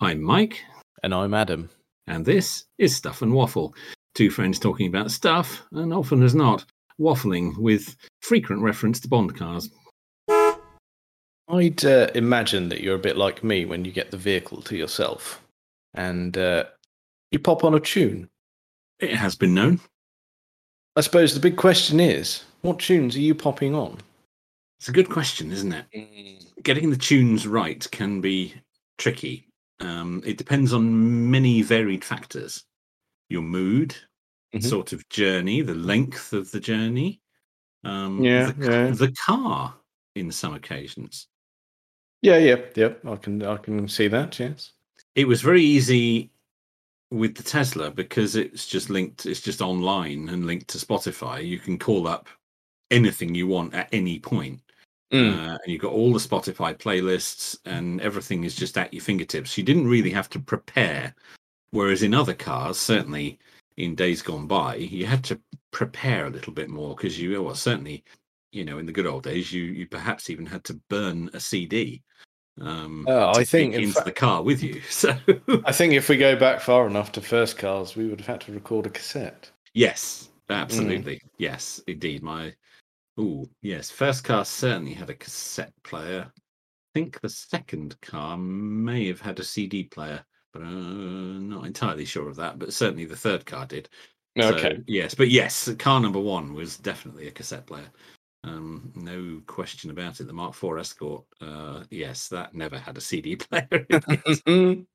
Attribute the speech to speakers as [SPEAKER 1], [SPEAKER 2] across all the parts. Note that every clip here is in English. [SPEAKER 1] I'm Mike,
[SPEAKER 2] And I'm Adam.
[SPEAKER 1] and this is Stuff and Waffle. Two friends talking about stuff, and often as not, waffling with frequent reference to Bond cars.
[SPEAKER 2] I'd uh, imagine that you're a bit like me when you get the vehicle to yourself and uh, you pop on a tune.
[SPEAKER 1] It has been known.
[SPEAKER 2] I suppose the big question is what tunes are you popping on?
[SPEAKER 1] It's a good question, isn't it?
[SPEAKER 2] Mm.
[SPEAKER 1] Getting the tunes right can be tricky. Um, it depends on many varied factors your mood,
[SPEAKER 2] Mhm.
[SPEAKER 1] sort of journey, the length of the journey, um,
[SPEAKER 2] Yeah,
[SPEAKER 1] the, c-
[SPEAKER 2] yeah.
[SPEAKER 1] the car in some occasions.
[SPEAKER 2] Yeah, yeah, yeah. I can, I can see that. Yes.
[SPEAKER 1] it was very easy with the Tesla because it's just linked, it's just online and linked to Spotify. You can call up anything you want at any point. Uh, and you've got all the Spotify playlists and everything is just at your fingertips. You didn't really have to prepare. Whereas in other cars, certainly in days gone by, you had to prepare a little bit more because you, well, certainly, you know, in the good old days, you you perhaps even had to burn a CD. Um,
[SPEAKER 2] Uh,
[SPEAKER 1] to
[SPEAKER 2] I think,
[SPEAKER 1] take
[SPEAKER 2] in
[SPEAKER 1] into
[SPEAKER 2] fact,
[SPEAKER 1] the car with you. So
[SPEAKER 2] I think if we go back far enough to first cars, we would have had to record a cassette.
[SPEAKER 1] yes, absolutely,
[SPEAKER 2] Mm.
[SPEAKER 1] yes, indeed. My oh yes, first car certainly had a cassette player. I think the second car may have had a CD player, but uh, not entirely sure of that. But certainly the third car did. So,
[SPEAKER 2] Okay.
[SPEAKER 1] yes, but yes, car number one was definitely a cassette player. Um, no question about it. The Mark IV Escort, uh, yes, that never had a CD player. in it.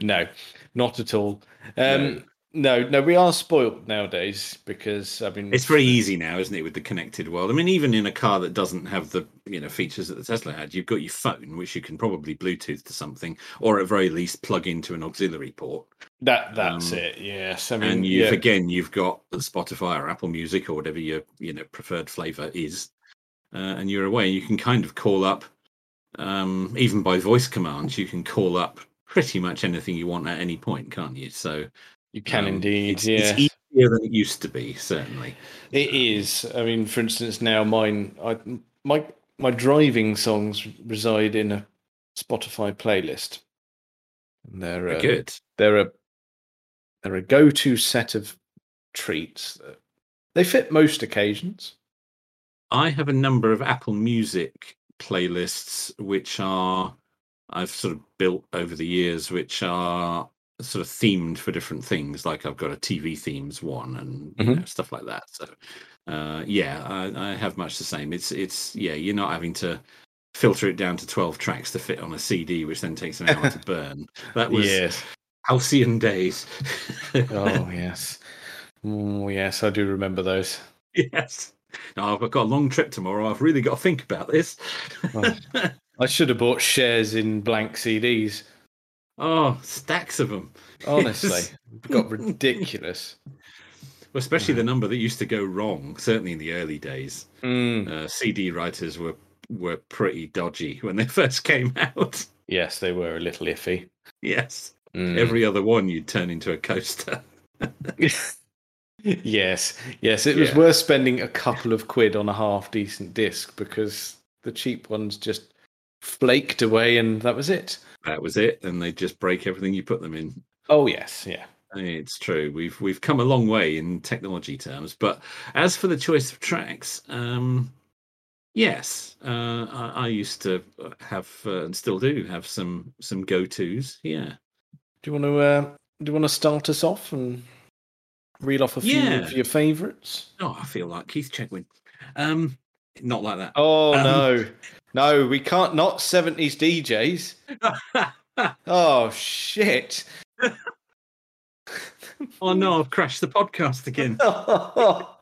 [SPEAKER 2] no, not at all. Um, no. no, we are spoilt nowadays because I mean,
[SPEAKER 1] It's very easy now, isn't it, with the connected world? I mean, even in a car that doesn't have the you know features that the Tesla had, you've got your phone, which you can probably Bluetooth to something, or at very least plug into an auxiliary port.
[SPEAKER 2] That that's
[SPEAKER 1] Um,
[SPEAKER 2] it. Yes, I mean,
[SPEAKER 1] And you've
[SPEAKER 2] yeah.
[SPEAKER 1] again, you've got Spotify or Apple Music or whatever your you know preferred flavor is, uh, and you're away. You can kind of call up, um, even by voice commands, you can call up pretty much anything you want at any point, can't you? So
[SPEAKER 2] you can
[SPEAKER 1] um,
[SPEAKER 2] indeed.
[SPEAKER 1] it's,
[SPEAKER 2] yeah,
[SPEAKER 1] it's easier than it used to be, certainly.
[SPEAKER 2] it is. I mean, for instance, now mine, I my my driving songs reside in a Spotify playlist. And they're uh,
[SPEAKER 1] Good.
[SPEAKER 2] they're a they're a go to set of treats. that- They fit most occasions.
[SPEAKER 1] I have a number of Apple Music playlists which are I've sort of built over the years, which are sort of themed for different things. Like I've got a TV themes one and you
[SPEAKER 2] Mhm.
[SPEAKER 1] know, stuff like that. So uh, yeah, I, I have much the same. It's it's yeah, you're not having to filter it down to 12 tracks to fit on a CD, which then takes an hour to burn. That was
[SPEAKER 2] yes.
[SPEAKER 1] halcyon days.
[SPEAKER 2] Oh yes. Oh yes, I do remember those.
[SPEAKER 1] yes. Now I've got a long trip tomorrow. I've really got to think about this.
[SPEAKER 2] Oh. I should have bought shares in blank CDs.
[SPEAKER 1] Oh, stacks of them.
[SPEAKER 2] Honestly, it got ridiculous.
[SPEAKER 1] Especially the number that used to go wrong, certainly in the early days.
[SPEAKER 2] Mm,
[SPEAKER 1] Uh, CD writers were were pretty dodgy when they first came out.
[SPEAKER 2] Yes, they were a little iffy.
[SPEAKER 1] Yes.
[SPEAKER 2] Mm.
[SPEAKER 1] Every other one you'd turn into a coaster.
[SPEAKER 2] yes, yes, it was
[SPEAKER 1] Yeah.
[SPEAKER 2] worth spending a couple of quid on a half decent disc because the cheap ones just flaked away and that was it.
[SPEAKER 1] That was it, and they just break everything you put them in.
[SPEAKER 2] Oh yes, yeah.
[SPEAKER 1] It's true. We've we've come a long way in technology terms, but as for the choice of tracks, um, yes, uh, I, I used to have uh, and still do have some some go tos. Yeah.
[SPEAKER 2] Do you want to uh, do you want to start us off and reel off a few
[SPEAKER 1] Yeah.
[SPEAKER 2] of your favourites?
[SPEAKER 1] Oh, I feel like Keith Chegwin. Um, not like that.
[SPEAKER 2] Oh
[SPEAKER 1] Um,
[SPEAKER 2] no, no, we can't. Not seventies DJs. Oh shit.
[SPEAKER 1] Oh no, I've crashed the podcast again.
[SPEAKER 2] oh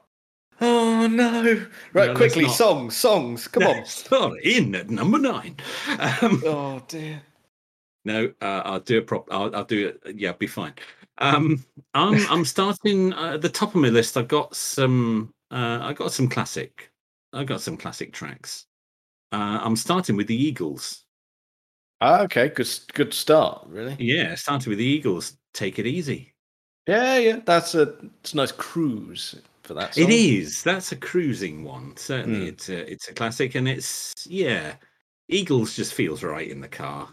[SPEAKER 2] no! Right,
[SPEAKER 1] No,
[SPEAKER 2] quickly,
[SPEAKER 1] let's
[SPEAKER 2] songs, songs. Come on.
[SPEAKER 1] Sorry, in at number nine. Um,
[SPEAKER 2] Oh dear.
[SPEAKER 1] no, uh, I'll do it prop. I'll, I'll do it. Yeah, I'll be fine. Um, I'm I'm starting uh, at the top of my list. I've got some. Uh, I got some classic. I got some classic tracks. Uh, I'm starting with the Eagles.
[SPEAKER 2] Ah, okay, good, s- good start, really.
[SPEAKER 1] Yeah, starting with the Eagles. Take it easy.
[SPEAKER 2] Yeah, yeah, that's a it's a nice cruise for that. Song.
[SPEAKER 1] It is. That's a cruising one. Certainly,
[SPEAKER 2] Mm.
[SPEAKER 1] it's a, it's a classic, and it's yeah. Eagles just feels right in the car.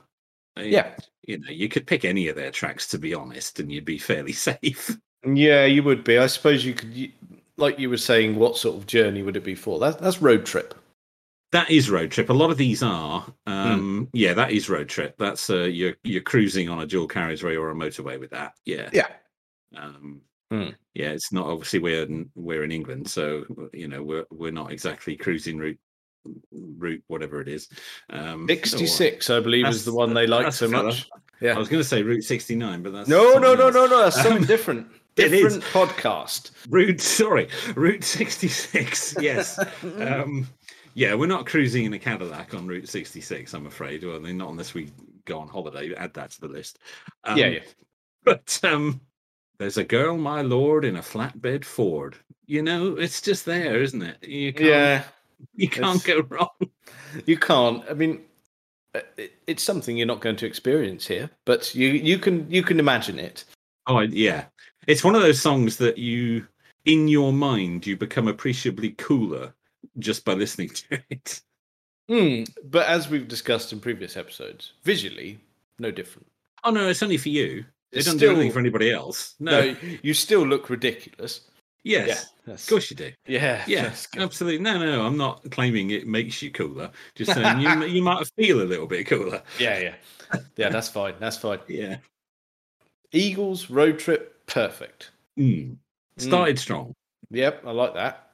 [SPEAKER 2] Yeah.
[SPEAKER 1] You know, you could pick any of their tracks to be honest, and you'd be fairly safe.
[SPEAKER 2] Yeah, you would be. I suppose you could, you, like you were saying, what sort of journey would it be for? That, that's road trip.
[SPEAKER 1] That is road trip. A lot of these are.
[SPEAKER 2] Hmm.
[SPEAKER 1] Um, Yeah, that is road trip. That's uh, you're you're cruising on a dual carriageway or a motorway with that. Yeah.
[SPEAKER 2] Yeah.
[SPEAKER 1] Um,
[SPEAKER 2] Mm.
[SPEAKER 1] Yeah, it's not obviously we're in, we're in England, so you know we're we're not exactly cruising route route whatever it is. Um, or-
[SPEAKER 2] 66, I believe,
[SPEAKER 1] That's-
[SPEAKER 2] is the one they like
[SPEAKER 1] that's
[SPEAKER 2] so
[SPEAKER 1] the fella.
[SPEAKER 2] much.
[SPEAKER 1] I
[SPEAKER 2] Yeah.
[SPEAKER 1] was going to say Route 69, but that's
[SPEAKER 2] No, no,
[SPEAKER 1] something
[SPEAKER 2] no,
[SPEAKER 1] else.
[SPEAKER 2] no, no. That's something
[SPEAKER 1] Um,
[SPEAKER 2] different.
[SPEAKER 1] it is.
[SPEAKER 2] Different podcast.
[SPEAKER 1] Route sorry, Route 66. Yes.
[SPEAKER 2] Mm.
[SPEAKER 1] um, yeah, we're not cruising in a Cadillac on Route 66, I'm afraid. Well, they're not unless we go on holiday. Add that to the list. Um,
[SPEAKER 2] yeah, yeah.
[SPEAKER 1] But um, there's a girl, my lord, in a flatbed Ford. You know, it's just there, isn't it? You can't,
[SPEAKER 2] Yeah.
[SPEAKER 1] you can't
[SPEAKER 2] it's-
[SPEAKER 1] go wrong.
[SPEAKER 2] You can't. I mean, uh, it, it's something you're not going to experience here, but you, you can you can imagine it.
[SPEAKER 1] Oh, I- yeah. It's one of those songs that you, in your mind, you become appreciably cooler just by listening to it.
[SPEAKER 2] Hmm. But as we've discussed in previous episodes, visually, no different.
[SPEAKER 1] Oh, no, it's only for you. They
[SPEAKER 2] It's
[SPEAKER 1] don't do anything for anybody else. No.
[SPEAKER 2] no, you still look ridiculous.
[SPEAKER 1] yes.
[SPEAKER 2] Yeah.
[SPEAKER 1] Of course you do.
[SPEAKER 2] Yeah.
[SPEAKER 1] Yes,
[SPEAKER 2] that's good.
[SPEAKER 1] absolutely. No, no, I'm not claiming it makes you cooler. Just saying you, you might feel a little bit cooler.
[SPEAKER 2] Yeah, yeah. Yeah, that's fine. That's fine.
[SPEAKER 1] Yeah.
[SPEAKER 2] Eagles road trip, perfect. Hmm.
[SPEAKER 1] Mm. Started strong.
[SPEAKER 2] Yep, I like that.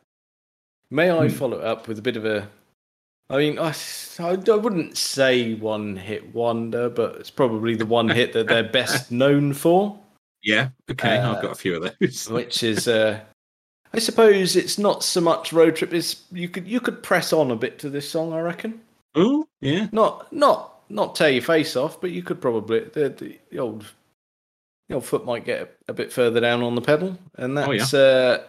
[SPEAKER 2] May I
[SPEAKER 1] Hmm.
[SPEAKER 2] follow it up with a bit of a? I mean, I, I I wouldn't say one hit wonder, but it's probably the one hit that they're best known for,
[SPEAKER 1] Yeah. Okay.
[SPEAKER 2] Uh,
[SPEAKER 1] I've got a few of those.
[SPEAKER 2] which is uh, I suppose it's not so much road trip. Is you could you could press on a bit to this song, I reckon.
[SPEAKER 1] Oh, yeah.
[SPEAKER 2] Not not not tear your face off, but you could probably the the, the old the old foot might get a, a bit further down on the pedal, and
[SPEAKER 1] Oh, yeah.
[SPEAKER 2] that's uh,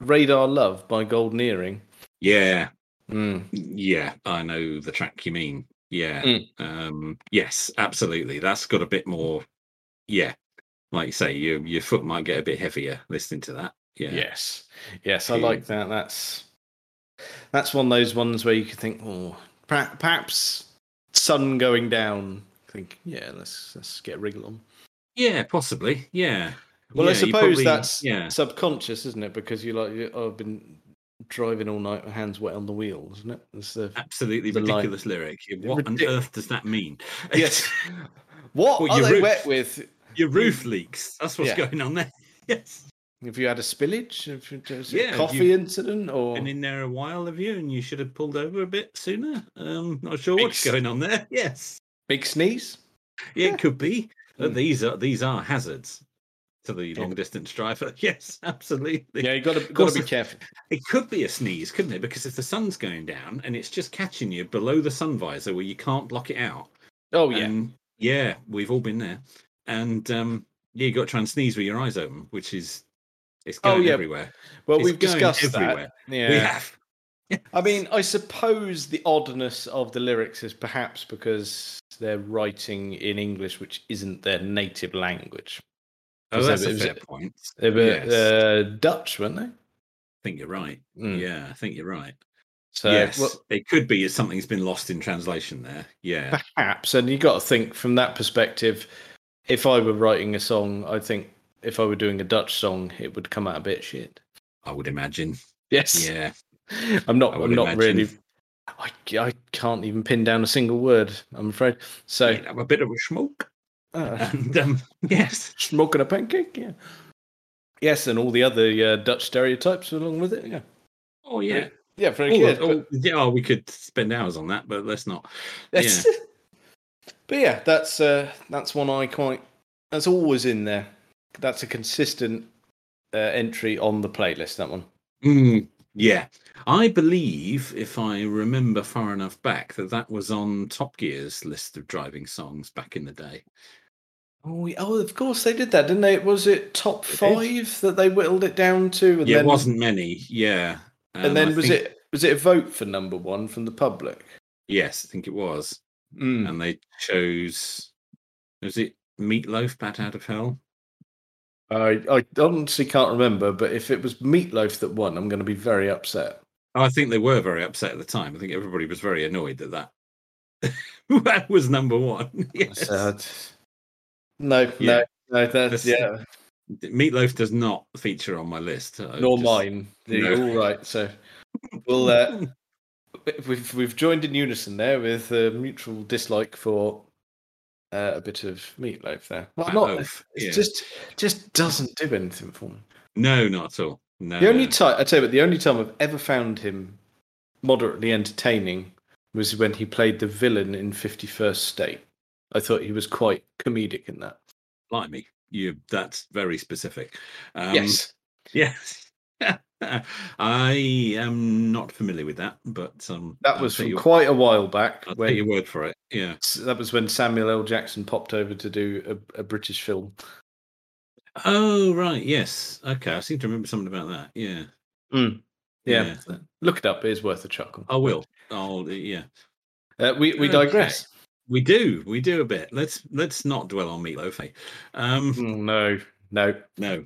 [SPEAKER 2] Radar Love by Golden Earring.
[SPEAKER 1] Yeah.
[SPEAKER 2] Mm.
[SPEAKER 1] Yeah. I know the track you mean. Yeah.
[SPEAKER 2] Mm.
[SPEAKER 1] Um, yes, absolutely. That's got a bit more. Yeah. Like you say, your, your foot might get a bit heavier listening to that. Yeah.
[SPEAKER 2] Yes, yes, I
[SPEAKER 1] Yeah.
[SPEAKER 2] like that. That's that's one of those ones where you could think, oh, perha- perhaps sun going down. Think, yeah, let's let's get a wriggle on.
[SPEAKER 1] Yeah, possibly. Yeah.
[SPEAKER 2] Well, I
[SPEAKER 1] Yeah, you
[SPEAKER 2] suppose
[SPEAKER 1] probably-
[SPEAKER 2] that's
[SPEAKER 1] Yeah.
[SPEAKER 2] subconscious, isn't it? Because you like, you- oh, I've been driving all night, my hands wet on the wheel, isn't it? That's the
[SPEAKER 1] Absolutely
[SPEAKER 2] the line.
[SPEAKER 1] ridiculous lyric. What on
[SPEAKER 2] Ridic-
[SPEAKER 1] earth does that mean?
[SPEAKER 2] Yes. what
[SPEAKER 1] Well,
[SPEAKER 2] are
[SPEAKER 1] your
[SPEAKER 2] they
[SPEAKER 1] roof.
[SPEAKER 2] wet with?
[SPEAKER 1] Your roof leaks. That's what's
[SPEAKER 2] Yeah.
[SPEAKER 1] going on there. Yes.
[SPEAKER 2] Have you had a spillage? Have you, was it
[SPEAKER 1] Yeah,
[SPEAKER 2] a
[SPEAKER 1] you-
[SPEAKER 2] coffee incident or?
[SPEAKER 1] Been in there a while, have you? And you should have pulled over a bit sooner. Um, not sure what's
[SPEAKER 2] Ex-
[SPEAKER 1] going on there. Yes.
[SPEAKER 2] Big sneeze.
[SPEAKER 1] Yeah, it could be. But
[SPEAKER 2] Mm.
[SPEAKER 1] these are these are hazards to the
[SPEAKER 2] Yeah.
[SPEAKER 1] long distance driver. Yes, absolutely.
[SPEAKER 2] Yeah, you got to got
[SPEAKER 1] course
[SPEAKER 2] to be
[SPEAKER 1] it-
[SPEAKER 2] careful.
[SPEAKER 1] It could be a sneeze, couldn't it? Because if the sun's going down and it's just catching you below the sun visor where you can't block it out.
[SPEAKER 2] Oh yeah,
[SPEAKER 1] And Um, yeah, we've all been there. And um, yeah, you got to try and sneeze with your eyes open, which is it's
[SPEAKER 2] Oh,
[SPEAKER 1] going
[SPEAKER 2] yeah.
[SPEAKER 1] everywhere.
[SPEAKER 2] well
[SPEAKER 1] it's
[SPEAKER 2] we've
[SPEAKER 1] going
[SPEAKER 2] discussed
[SPEAKER 1] everywhere.
[SPEAKER 2] that. Yeah,
[SPEAKER 1] We have.
[SPEAKER 2] I mean, I suppose the oddness of the lyrics is perhaps because they're writing in English, which isn't their native language.
[SPEAKER 1] Oh,
[SPEAKER 2] Was
[SPEAKER 1] that's
[SPEAKER 2] it-
[SPEAKER 1] a
[SPEAKER 2] was
[SPEAKER 1] fair
[SPEAKER 2] it-
[SPEAKER 1] point.
[SPEAKER 2] They were
[SPEAKER 1] Yes.
[SPEAKER 2] uh, Dutch, weren't they?
[SPEAKER 1] I think you're right.
[SPEAKER 2] Mm.
[SPEAKER 1] Yeah, I think you're right.
[SPEAKER 2] So
[SPEAKER 1] yes,
[SPEAKER 2] well,
[SPEAKER 1] it could be something's been lost in translation there. Yeah.
[SPEAKER 2] perhaps, and you got to think from that perspective. If I were writing a song, I think if I were doing a Dutch song, it would come out a bit shit.
[SPEAKER 1] I would imagine.
[SPEAKER 2] Yes,
[SPEAKER 1] Yeah.
[SPEAKER 2] I'm not.
[SPEAKER 1] I
[SPEAKER 2] I'm
[SPEAKER 1] would
[SPEAKER 2] not
[SPEAKER 1] imagine.
[SPEAKER 2] really. I, I can't even pin down a single word. I'm afraid. So
[SPEAKER 1] You'd have a bit of a smoke.
[SPEAKER 2] uh,
[SPEAKER 1] And um, yes.
[SPEAKER 2] smoking a pancake. Yeah. Yes, and all the other uh, Dutch stereotypes along with it. Yeah.
[SPEAKER 1] Oh yeah.
[SPEAKER 2] Yeah, very
[SPEAKER 1] All
[SPEAKER 2] good.
[SPEAKER 1] of- all- yeah, oh, we could spend hours on that, but let's not.
[SPEAKER 2] but, yeah. but yeah, that's uh, that's one I quite. That's always in there. That's a consistent uh, entry on the playlist. That one.
[SPEAKER 1] Mm, yeah. I believe, if I remember far enough back, that that was on Top Gear's list of driving songs back in the day.
[SPEAKER 2] Oh, yeah, oh, of course they did that, didn't they? Was it top
[SPEAKER 1] They did.
[SPEAKER 2] five that they whittled it down to? And
[SPEAKER 1] yeah,
[SPEAKER 2] then,
[SPEAKER 1] it wasn't many. Yeah. um,
[SPEAKER 2] And then was it was it a vote for number one from the public?
[SPEAKER 1] Yes, I think it was.
[SPEAKER 2] Mm.
[SPEAKER 1] and they chose was it meatloaf bat out of hell
[SPEAKER 2] I, I honestly can't remember, but if it was Meatloaf that won, I'm going to be very upset.
[SPEAKER 1] Oh, i think they were very upset at the time i think everybody was very annoyed that that that was number one. Yes.
[SPEAKER 2] So, no,
[SPEAKER 1] Yeah.
[SPEAKER 2] no, no. That's
[SPEAKER 1] That's-
[SPEAKER 2] yeah,
[SPEAKER 1] Meatloaf does not feature on my list. I
[SPEAKER 2] nor
[SPEAKER 1] uh, just-
[SPEAKER 2] mine. They're
[SPEAKER 1] No.
[SPEAKER 2] All right. So we'll uh, we've we've joined in unison there with a mutual dislike for uh, a bit of meatloaf there. Well, not. It
[SPEAKER 1] Meatloaf, Oh, yeah.
[SPEAKER 2] just just doesn't do anything for me.
[SPEAKER 1] no, not at all. No,
[SPEAKER 2] The only
[SPEAKER 1] no.
[SPEAKER 2] time I tell you, what, the only time I've ever found him moderately entertaining was when he played the villain in Fifty First State. I thought he was quite comedic in that.
[SPEAKER 1] blimey, you that's very specific. Um,
[SPEAKER 2] yes,
[SPEAKER 1] yes. I am not familiar with that, but um,
[SPEAKER 2] that
[SPEAKER 1] I'll
[SPEAKER 2] was
[SPEAKER 1] take
[SPEAKER 2] from
[SPEAKER 1] your-
[SPEAKER 2] quite a while back.
[SPEAKER 1] I'll
[SPEAKER 2] when
[SPEAKER 1] take your word for it. Yeah,
[SPEAKER 2] that was when Samuel L. Jackson popped over to do a, a British film.
[SPEAKER 1] Oh right, yes. Okay, I seem to remember something about that. Yeah,
[SPEAKER 2] Yeah,
[SPEAKER 1] yeah.
[SPEAKER 2] look it up; it is worth a chuckle.
[SPEAKER 1] I will. I'll yeah.
[SPEAKER 2] Uh, we we
[SPEAKER 1] Okay.
[SPEAKER 2] digress.
[SPEAKER 1] We do, we do a bit. Let's let's not dwell on meatloaf. Eh? Um,
[SPEAKER 2] Mm, no, no.
[SPEAKER 1] no,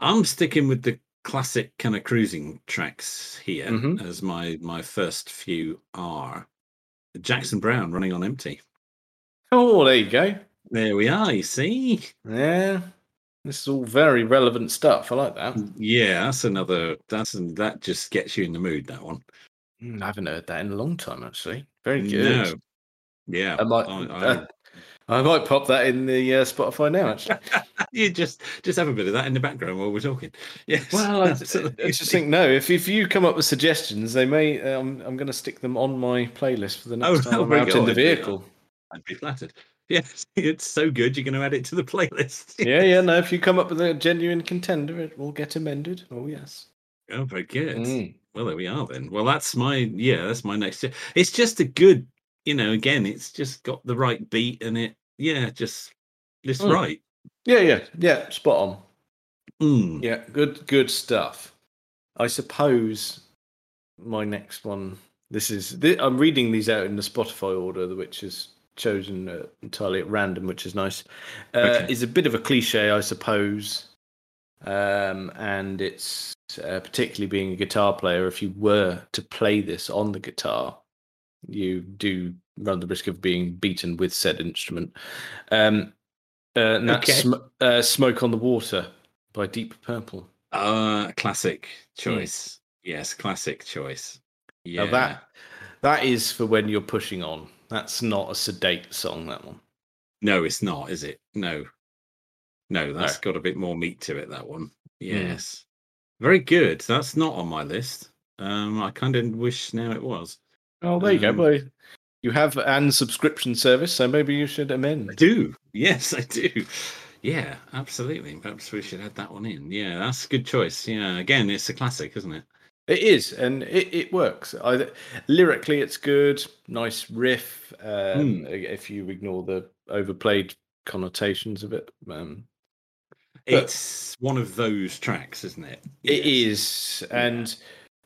[SPEAKER 1] I'm sticking with the classic kind of cruising tracks here
[SPEAKER 2] Mhm.
[SPEAKER 1] as my my first few are Jackson Brown running on empty.
[SPEAKER 2] Oh, there you go.
[SPEAKER 1] There we are. You see,
[SPEAKER 2] Yeah, this is all very relevant stuff. I like that.
[SPEAKER 1] yeah, that's another. That's an- that just gets you in the mood. That one.
[SPEAKER 2] Mm, I haven't heard that in a long time, actually. Very good.
[SPEAKER 1] No. Yeah,
[SPEAKER 2] I might,
[SPEAKER 1] I- I-
[SPEAKER 2] uh, I might pop that in the uh, Spotify now. Actually,
[SPEAKER 1] you just just have a bit of that in the background while we're talking. Yes.
[SPEAKER 2] well, I, I
[SPEAKER 1] absolutely.
[SPEAKER 2] just think no. If if you come up with suggestions, they may. Um, I'm going to stick them on my playlist for the
[SPEAKER 1] Oh,
[SPEAKER 2] next time
[SPEAKER 1] oh
[SPEAKER 2] I'm
[SPEAKER 1] my
[SPEAKER 2] out in the
[SPEAKER 1] God, yeah.
[SPEAKER 2] vehicle.
[SPEAKER 1] I'd be flattered. Yes, it's so good. You're going to add it to the playlist.
[SPEAKER 2] Yeah, yeah. No, if you come up with a genuine contender, it will get amended. Oh yes.
[SPEAKER 1] Oh, very good.
[SPEAKER 2] Mm.
[SPEAKER 1] Well, there we are then. Well, that's my yeah. That's my next. It's just a good. You know, again, it's just got the right beat and it. Yeah, just it's
[SPEAKER 2] Mm.
[SPEAKER 1] right.
[SPEAKER 2] Yeah, yeah, yeah. Spot on.
[SPEAKER 1] Mm.
[SPEAKER 2] Yeah, good, good stuff. I suppose my next one. This is. Th- I'm reading these out in the Spotify order, which is chosen uh, entirely at random, which is nice. Uh,
[SPEAKER 1] Okay.
[SPEAKER 2] Is a bit of a cliche, I suppose, um, and it's uh, particularly being a guitar player. If you were to play this on the guitar, you do run the risk of being beaten with said instrument. Um, uh, and that's
[SPEAKER 1] Okay.
[SPEAKER 2] sm- uh, "Smoke on the Water" by Deep Purple.
[SPEAKER 1] Uh, classic choice. Yes, classic choice. Yeah.
[SPEAKER 2] Mm. Now that that is for when you're pushing on. That's not a sedate song. That one.
[SPEAKER 1] No, it's not, is it? No. No, that's got a bit more meat to it, that
[SPEAKER 2] Mm.
[SPEAKER 1] one. Yes. Very good. That's not on my list. Um, I kind of wish now it was.
[SPEAKER 2] Oh, there you go.
[SPEAKER 1] Um,
[SPEAKER 2] Well, you have an subscription service, so maybe you should
[SPEAKER 1] I
[SPEAKER 2] amend.
[SPEAKER 1] do. Yes, I do. Yeah, absolutely. Perhaps we should add that one in. Yeah, that's a good choice. Yeah, again, it's a classic, isn't it?
[SPEAKER 2] It is, and it, it works. I, lyrically, it's good. Nice riff. Um,
[SPEAKER 1] Hmm.
[SPEAKER 2] If you ignore the overplayed connotations of it, um, But-
[SPEAKER 1] It's one of those tracks, isn't it?
[SPEAKER 2] It
[SPEAKER 1] Yes.
[SPEAKER 2] is,
[SPEAKER 1] Yeah.
[SPEAKER 2] and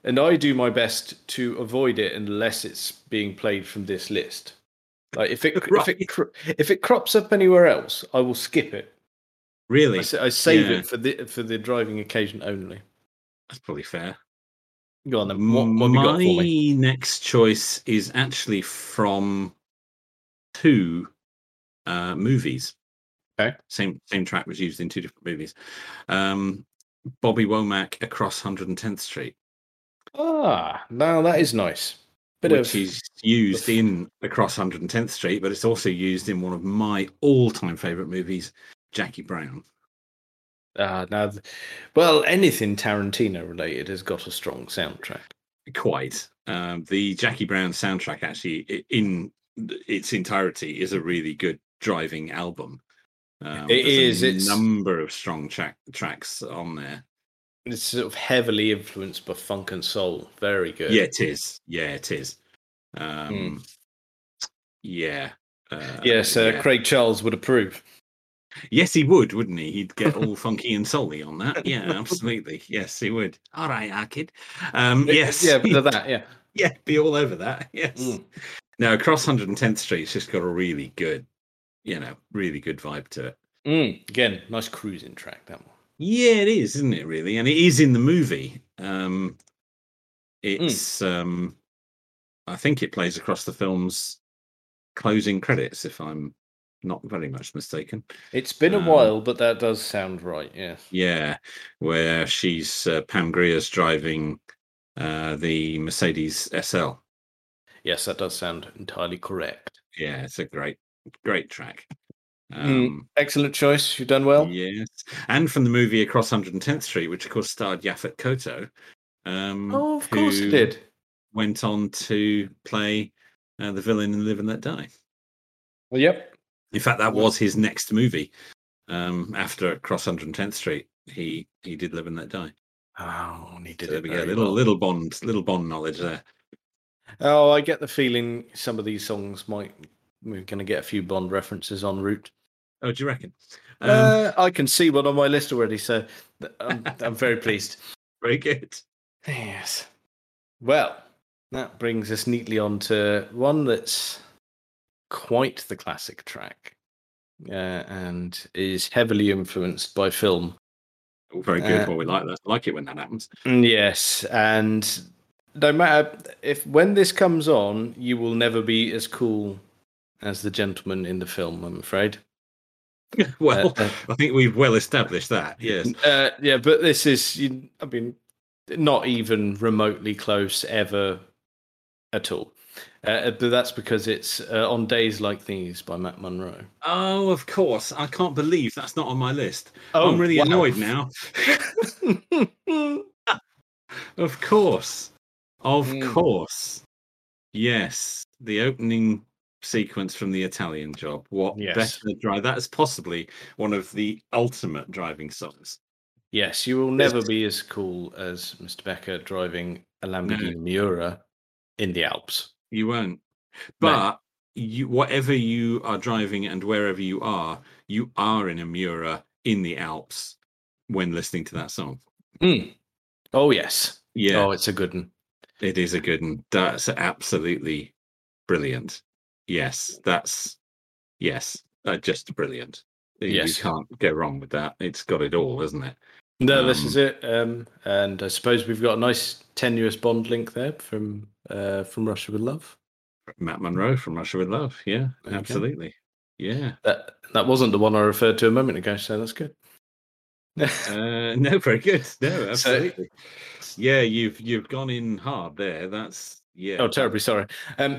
[SPEAKER 2] and I do my best to avoid it unless it's being played from this list. Like if it if it
[SPEAKER 1] Right.
[SPEAKER 2] cro- if it crops up anywhere else, I will skip it. I,
[SPEAKER 1] Really?
[SPEAKER 2] s- I save
[SPEAKER 1] Yeah.
[SPEAKER 2] it for the for the driving occasion only.
[SPEAKER 1] That's probably fair.
[SPEAKER 2] Go on then. What, what have you
[SPEAKER 1] my
[SPEAKER 2] got for me?
[SPEAKER 1] next choice is actually from two uh, movies.
[SPEAKER 2] Okay.
[SPEAKER 1] Same same track was used in two different movies. Um, Bobby Womack across 110th Street,
[SPEAKER 2] Ah, now that is nice. Bit
[SPEAKER 1] which
[SPEAKER 2] of
[SPEAKER 1] is used
[SPEAKER 2] the f-
[SPEAKER 1] in across 110th Street, but it's also used in one of my all-time favorite movies, Jackie Brown.
[SPEAKER 2] ah now, th- well, anything Tarantino related has got a strong soundtrack.
[SPEAKER 1] Quite. Um, the Jackie Brown soundtrack actually i- in its entirety is a really good driving album. Um,
[SPEAKER 2] It
[SPEAKER 1] there's
[SPEAKER 2] is,
[SPEAKER 1] A
[SPEAKER 2] it's-
[SPEAKER 1] number of strong track, tracks on there.
[SPEAKER 2] It's sort of heavily influenced by funk and soul. Very good. Hmm.
[SPEAKER 1] Yeah, it is. Yeah, it is. Um, Yeah. Uh,
[SPEAKER 2] Yes, uh,
[SPEAKER 1] yeah.
[SPEAKER 2] Craig Charles would approve.
[SPEAKER 1] yes, he would, wouldn't he? He'd get all funky and solely on that. Yeah, absolutely. Yes, he would. All right, our kid. Um, yes,
[SPEAKER 2] yeah, but
[SPEAKER 1] he'd-
[SPEAKER 2] that, yeah.
[SPEAKER 1] yeah, be all over that. Yes.
[SPEAKER 2] Mm.
[SPEAKER 1] No, across 110th Street's just got a really good, you know, really good vibe to it.
[SPEAKER 2] Mm, Again, nice cruising track that one.
[SPEAKER 1] Yeah, it is, isn't it? Really, and it is in the movie. Um,
[SPEAKER 2] Mm.
[SPEAKER 1] it's, um, I think it plays across the film's closing credits, if I'm not very much mistaken.
[SPEAKER 2] It's been
[SPEAKER 1] Um,
[SPEAKER 2] a while, but that does sound right. Yeah.
[SPEAKER 1] Yeah, where she's uh, Pam Greer's driving uh, the Mercedes SL.
[SPEAKER 2] Yes, that does sound entirely correct.
[SPEAKER 1] Yeah, it's a great, great track.
[SPEAKER 2] Mm.
[SPEAKER 1] Um,
[SPEAKER 2] Excellent choice. You've done well.
[SPEAKER 1] Yes, and from the movie Across 110th Street, which of course starred Yaphet Koto. Um,
[SPEAKER 2] Oh, of course
[SPEAKER 1] who
[SPEAKER 2] you did.
[SPEAKER 1] Went on to play uh, the villain in Live and Let Die.
[SPEAKER 2] Well, yep.
[SPEAKER 1] In fact, that
[SPEAKER 2] Yeah.
[SPEAKER 1] was his next movie. Um, after Across 110th Street, he he did Live and Let Die.
[SPEAKER 2] Oh, and he did
[SPEAKER 1] So there
[SPEAKER 2] it.
[SPEAKER 1] we go.
[SPEAKER 2] very
[SPEAKER 1] Little
[SPEAKER 2] well.
[SPEAKER 1] little Bond, little Bond knowledge there.
[SPEAKER 2] Oh, I get the feeling some of these songs might. We're going to get a few Bond references en route.
[SPEAKER 1] Oh, do you reckon? Um,
[SPEAKER 2] uh, I can see one on my list already, so th- I'm, I'm very pleased.
[SPEAKER 1] very good.
[SPEAKER 2] Yes. Well, that brings us neatly on to one that's quite the classic track uh, and is heavily influenced by film.
[SPEAKER 1] Oh, Very good.
[SPEAKER 2] Uh,
[SPEAKER 1] well, we like that. I like it when that happens.
[SPEAKER 2] Mm, Yes. And no matter if when this comes on, you will never be as cool as the gentleman in the film, I'm afraid.
[SPEAKER 1] well,
[SPEAKER 2] uh,
[SPEAKER 1] I think we've well established that. Yes.
[SPEAKER 2] Uh, yeah, but this is, you, I mean, not even remotely close ever at all. Uh, but that's because it's uh, on days like these by Matt Munro.
[SPEAKER 1] Oh, of course. I can't believe that's not on my list. I'm really annoyed now.
[SPEAKER 2] now.
[SPEAKER 1] Of course. Of
[SPEAKER 2] Mm.
[SPEAKER 1] course. Yes. The opening sequence from the Italian job. What
[SPEAKER 2] Yes.
[SPEAKER 1] better drive? That is possibly one of the ultimate driving songs.
[SPEAKER 2] yes, you will never be as cool as Mr. Becker driving a Lamborghini Miura in the Alps.
[SPEAKER 1] You won't.
[SPEAKER 2] No.
[SPEAKER 1] But you whatever you are driving and wherever you are, you are in a Mura in the Alps when listening to that song.
[SPEAKER 2] Mm. Oh, yes.
[SPEAKER 1] Yeah.
[SPEAKER 2] Oh, it's a good one.
[SPEAKER 1] It is a good one. That's absolutely brilliant. Yes, that's yes, uh, just brilliant. You-
[SPEAKER 2] Yes.
[SPEAKER 1] You can't go wrong with that. It's got it all, isn't it?
[SPEAKER 2] No, this
[SPEAKER 1] Um,
[SPEAKER 2] is it. Um, and I suppose we've got a nice tenuous bond link there from uh, from Russia with Love.
[SPEAKER 1] Matt Monroe from Russia with Love. Yeah,
[SPEAKER 2] There you go.
[SPEAKER 1] absolutely. Yeah.
[SPEAKER 2] That that wasn't the one I referred to a moment ago, so that's good.
[SPEAKER 1] Uh, no, very good. No,
[SPEAKER 2] So-
[SPEAKER 1] absolutely. yeah, you've you've gone in hard there. That's yeah.
[SPEAKER 2] oh, terribly sorry. Um,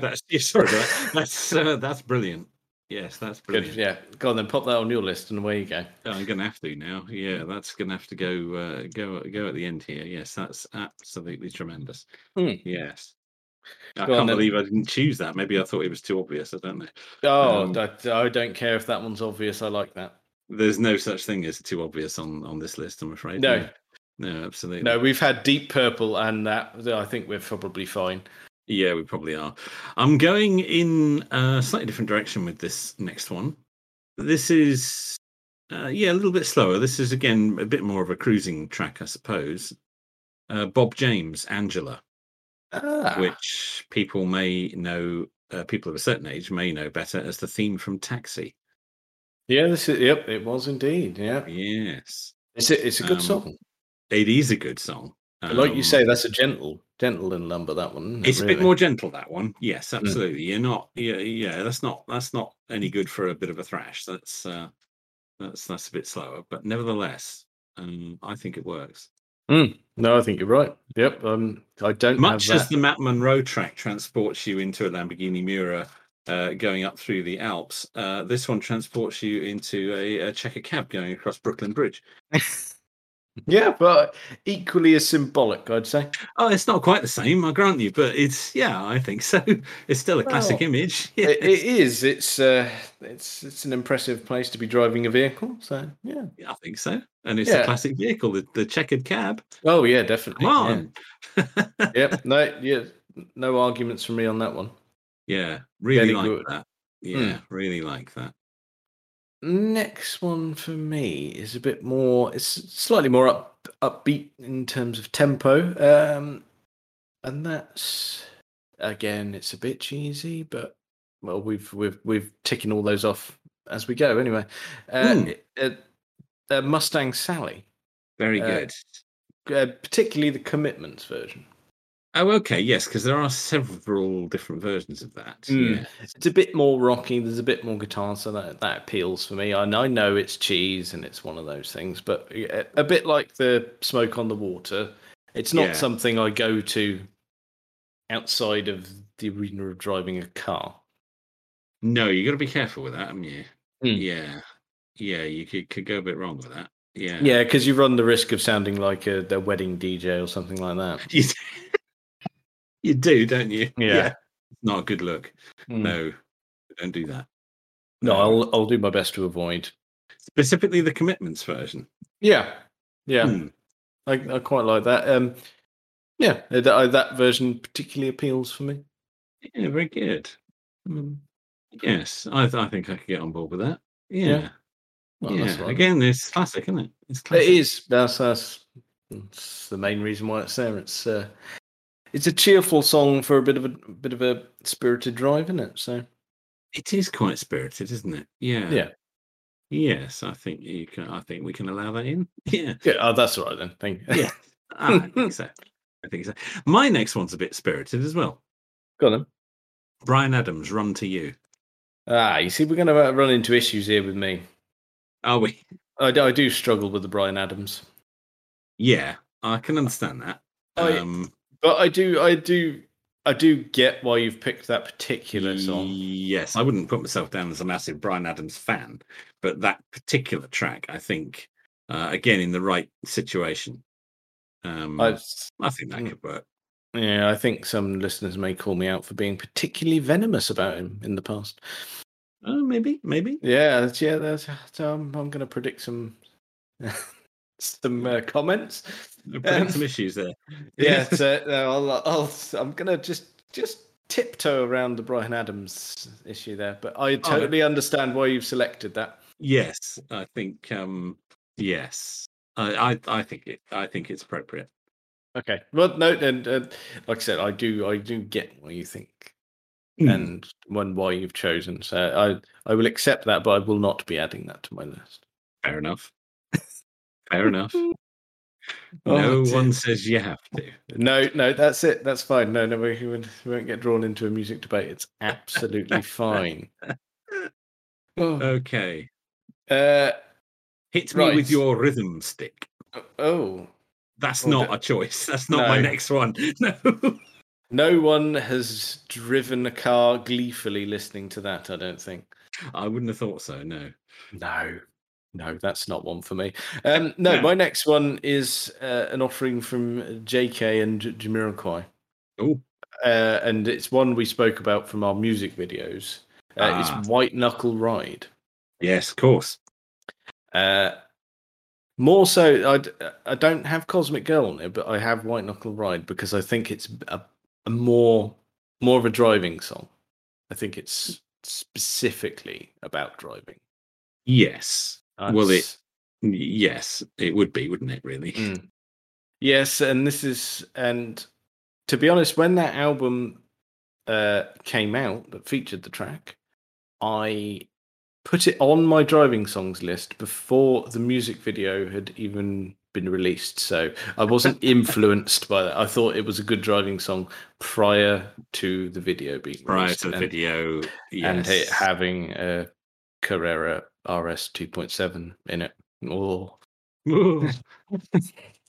[SPEAKER 1] That's yeah, sorry. about that. That's uh, that's brilliant. Yes, that's
[SPEAKER 2] good.
[SPEAKER 1] brilliant.
[SPEAKER 2] Yeah, go on then. Pop that on your list, and away you go.
[SPEAKER 1] Oh, I'm gonna have to now. Yeah, that's gonna have to go uh, go go at the end here. Yes, that's absolutely tremendous.
[SPEAKER 2] Hmm.
[SPEAKER 1] Yes, I
[SPEAKER 2] Go on
[SPEAKER 1] can't
[SPEAKER 2] then.
[SPEAKER 1] believe I didn't choose that. Maybe I thought it was too obvious. I don't know.
[SPEAKER 2] Oh,
[SPEAKER 1] Um,
[SPEAKER 2] that, I don't care if that one's obvious. I like that.
[SPEAKER 1] There's no such thing as too obvious on on this list. I'm afraid.
[SPEAKER 2] No,
[SPEAKER 1] no, no, absolutely.
[SPEAKER 2] no, we've had Deep Purple, and that I think we're probably fine.
[SPEAKER 1] Yeah, we probably are. I'm going in a slightly different direction with this next one. This is, uh, yeah, a little bit slower. This is again a bit more of a cruising track, I suppose. Uh, Bob James, Angela.
[SPEAKER 2] Ah,
[SPEAKER 1] which people may know, uh, people of a certain age may know better as the theme from Taxi.
[SPEAKER 2] yeah, this is. Yep, it was indeed. Yeah,
[SPEAKER 1] Yes,
[SPEAKER 2] it's a, it's a good
[SPEAKER 1] Um,
[SPEAKER 2] song.
[SPEAKER 1] it is a good song.
[SPEAKER 2] like
[SPEAKER 1] Um,
[SPEAKER 2] you say, that's a gentle, gentle and lumber. That one. isn't it,
[SPEAKER 1] it's a bit
[SPEAKER 2] really? Hmm.
[SPEAKER 1] more gentle that one. Yes, absolutely. You're not. Yeah, yeah. That's not. That's not any good for a bit of a thrash. That's uh, that's that's a bit slower, but nevertheless, um, I think it works.
[SPEAKER 2] Mm, no, I think you're right. Yep. Um, I don't
[SPEAKER 1] Much
[SPEAKER 2] have
[SPEAKER 1] as
[SPEAKER 2] that.
[SPEAKER 1] the Matt Monroe track transports you into a Lamborghini Mura. Uh, going up through the Alps, uh, this one transports you into a, a checker cab going across Brooklyn Bridge.
[SPEAKER 2] Yeah, but equally as symbolic, I'd say.
[SPEAKER 1] Oh, it's not quite the same, I grant you, but it's yeah, I think so. It's still a classic
[SPEAKER 2] Well,
[SPEAKER 1] image.
[SPEAKER 2] It,
[SPEAKER 1] yes.
[SPEAKER 2] it is. It's uh, it's it's an impressive place to be driving a vehicle. So yeah.
[SPEAKER 1] Yeah, I think so, and it's a
[SPEAKER 2] Yeah.
[SPEAKER 1] classic vehicle, the, the checkered cab.
[SPEAKER 2] Oh yeah, definitely.
[SPEAKER 1] Come on, yeah,
[SPEAKER 2] Yeah. Yep. No. Yeah. No arguments from me on that one.
[SPEAKER 1] really
[SPEAKER 2] Very
[SPEAKER 1] like
[SPEAKER 2] good. Hmm.
[SPEAKER 1] that. Yeah, really like that.
[SPEAKER 2] Next one for me is a bit more. It's slightly more up upbeat in terms of tempo. Um, and that's again, it's a bit cheesy, but well, we've we've we've ticking all those off as we go. Anyway, uh,
[SPEAKER 1] Hmm.
[SPEAKER 2] it- uh, uh, Mustang Sally.
[SPEAKER 1] Very
[SPEAKER 2] Uh,
[SPEAKER 1] good.
[SPEAKER 2] uh, particularly the commitments version.
[SPEAKER 1] Oh, okay, yes, because there are several different versions of that.
[SPEAKER 2] Mm.
[SPEAKER 1] Yeah.
[SPEAKER 2] It's a bit more rocky. There's a bit more guitar, so that that appeals for me. And I know it's cheese and it's one of those things, but a- a bit like the smoke on the water, it's not
[SPEAKER 1] Yeah.
[SPEAKER 2] something I go to outside of the arena of driving a car.
[SPEAKER 1] No, you got to be careful with that, haven't you?
[SPEAKER 2] Mm.
[SPEAKER 1] Yeah, yeah, you could could go a bit wrong with that. Yeah,
[SPEAKER 2] Yeah, because you run the risk of sounding like a, a wedding DJ or something like that.
[SPEAKER 1] You, you do, don't you?
[SPEAKER 2] Yeah.
[SPEAKER 1] It's not a good look.
[SPEAKER 2] Mm.
[SPEAKER 1] No, don't do that.
[SPEAKER 2] No, I'll I'll do my best to avoid.
[SPEAKER 1] specifically the commitments version.
[SPEAKER 2] Yeah, yeah,
[SPEAKER 1] Hmm.
[SPEAKER 2] I, I quite like that. Um, yeah, that I, that version particularly appeals for me.
[SPEAKER 1] Yeah, very good. Mm. Yes, I, th- I think I could get on board with that. Yeah.
[SPEAKER 2] Yeah.
[SPEAKER 1] Yeah.
[SPEAKER 2] Well, that's what I-
[SPEAKER 1] Again, it's classic, isn't it? It's classic.
[SPEAKER 2] It is. That's, that's that's the main reason why it's there. It's uh, it's a cheerful song for a bit of a bit of a spirited drive, isn't it? So
[SPEAKER 1] It is quite spirited, isn't it? Yeah.
[SPEAKER 2] Yeah.
[SPEAKER 1] Yes, I think you can. I think we can allow that in. Yeah.
[SPEAKER 2] yeah, oh, that's all right then. Thank you.
[SPEAKER 1] Yeah. I think so. I think so. My next one's a bit spirited as well.
[SPEAKER 2] Go on. Then.
[SPEAKER 1] Brian Adams, run to you.
[SPEAKER 2] Ah, you see, we're going to run into issues here with me.
[SPEAKER 1] Are we?
[SPEAKER 2] I, do- I do struggle with the Brian Adams,
[SPEAKER 1] Yeah, I can understand that.
[SPEAKER 2] I-
[SPEAKER 1] Um,
[SPEAKER 2] but I do, I do, I do get why you've picked that particular song.
[SPEAKER 1] Yes, I wouldn't put myself down as a massive Brian Adams fan, but that particular track, I think, uh, again in the right situation, um,
[SPEAKER 2] I
[SPEAKER 1] I, think that
[SPEAKER 2] Mm.
[SPEAKER 1] could work.
[SPEAKER 2] yeah, I think some listeners may call me out for being particularly venomous about him in the past.
[SPEAKER 1] Oh, maybe, maybe.
[SPEAKER 2] Yeah, that's- yeah. That's, so I'm, I'm going to predict some some uh, comments.
[SPEAKER 1] We're putting
[SPEAKER 2] Um,
[SPEAKER 1] Uh, some issues there.
[SPEAKER 2] Yeah, so no, I'll, I'll, I'm going to just just tiptoe around the Brian Adams issue there, but I totally understand why you've selected that.
[SPEAKER 1] yes, I think. Um, yes, I, I, I think it. I think it's appropriate.
[SPEAKER 2] Okay. Well, no, and, and like I said, I do I do get what you think and when why you've chosen. So I I will accept that, but I will not be adding that to my list.
[SPEAKER 1] Fair enough. Fair enough.
[SPEAKER 2] Oh,
[SPEAKER 1] no
[SPEAKER 2] dear.
[SPEAKER 1] one says you have to.
[SPEAKER 2] No, no, that's it. That's fine. No, no, we, we won't, we won't get drawn into a music debate. It's absolutely fine.
[SPEAKER 1] Uh,
[SPEAKER 2] Oh,
[SPEAKER 1] Okay,
[SPEAKER 2] uh,
[SPEAKER 1] hit me
[SPEAKER 2] Right.
[SPEAKER 1] with your rhythm stick.
[SPEAKER 2] oh,
[SPEAKER 1] That's
[SPEAKER 2] Or
[SPEAKER 1] not
[SPEAKER 2] the-
[SPEAKER 1] a choice. That's not my
[SPEAKER 2] No.
[SPEAKER 1] next one. No.
[SPEAKER 2] no one has driven a car gleefully listening to that. I don't think.
[SPEAKER 1] I wouldn't have thought so. No.
[SPEAKER 2] No, no, that's not one for me. Um, no,
[SPEAKER 1] No.
[SPEAKER 2] my next one is uh, an offering from J.K. and J- Jamiroquai,
[SPEAKER 1] Oh,
[SPEAKER 2] uh, and it's one we spoke about from our music videos. Uh,
[SPEAKER 1] Ah.
[SPEAKER 2] It's White Knuckle Ride.
[SPEAKER 1] yes, of course.
[SPEAKER 2] Uh, more so, I d- I don't have Cosmic Girl on it, but I have White Knuckle Ride because I think it's a, a more more of a driving song. I think it's specifically about driving.
[SPEAKER 1] Yes. Well,
[SPEAKER 2] That's-
[SPEAKER 1] it- Y- Yes, it would be, wouldn't it, really?
[SPEAKER 2] Mm. Yes, and this is and to be honest, when that album uh came out that featured the track, I put it on my driving songs list before the music video had even been released. So I wasn't influenced by that. I thought it was a good driving song prior to the video being
[SPEAKER 1] Prior
[SPEAKER 2] released
[SPEAKER 1] to the
[SPEAKER 2] and,
[SPEAKER 1] video.
[SPEAKER 2] and
[SPEAKER 1] Yes.
[SPEAKER 2] it having a Carrera RS 2.7 in it. Or
[SPEAKER 1] Ooh.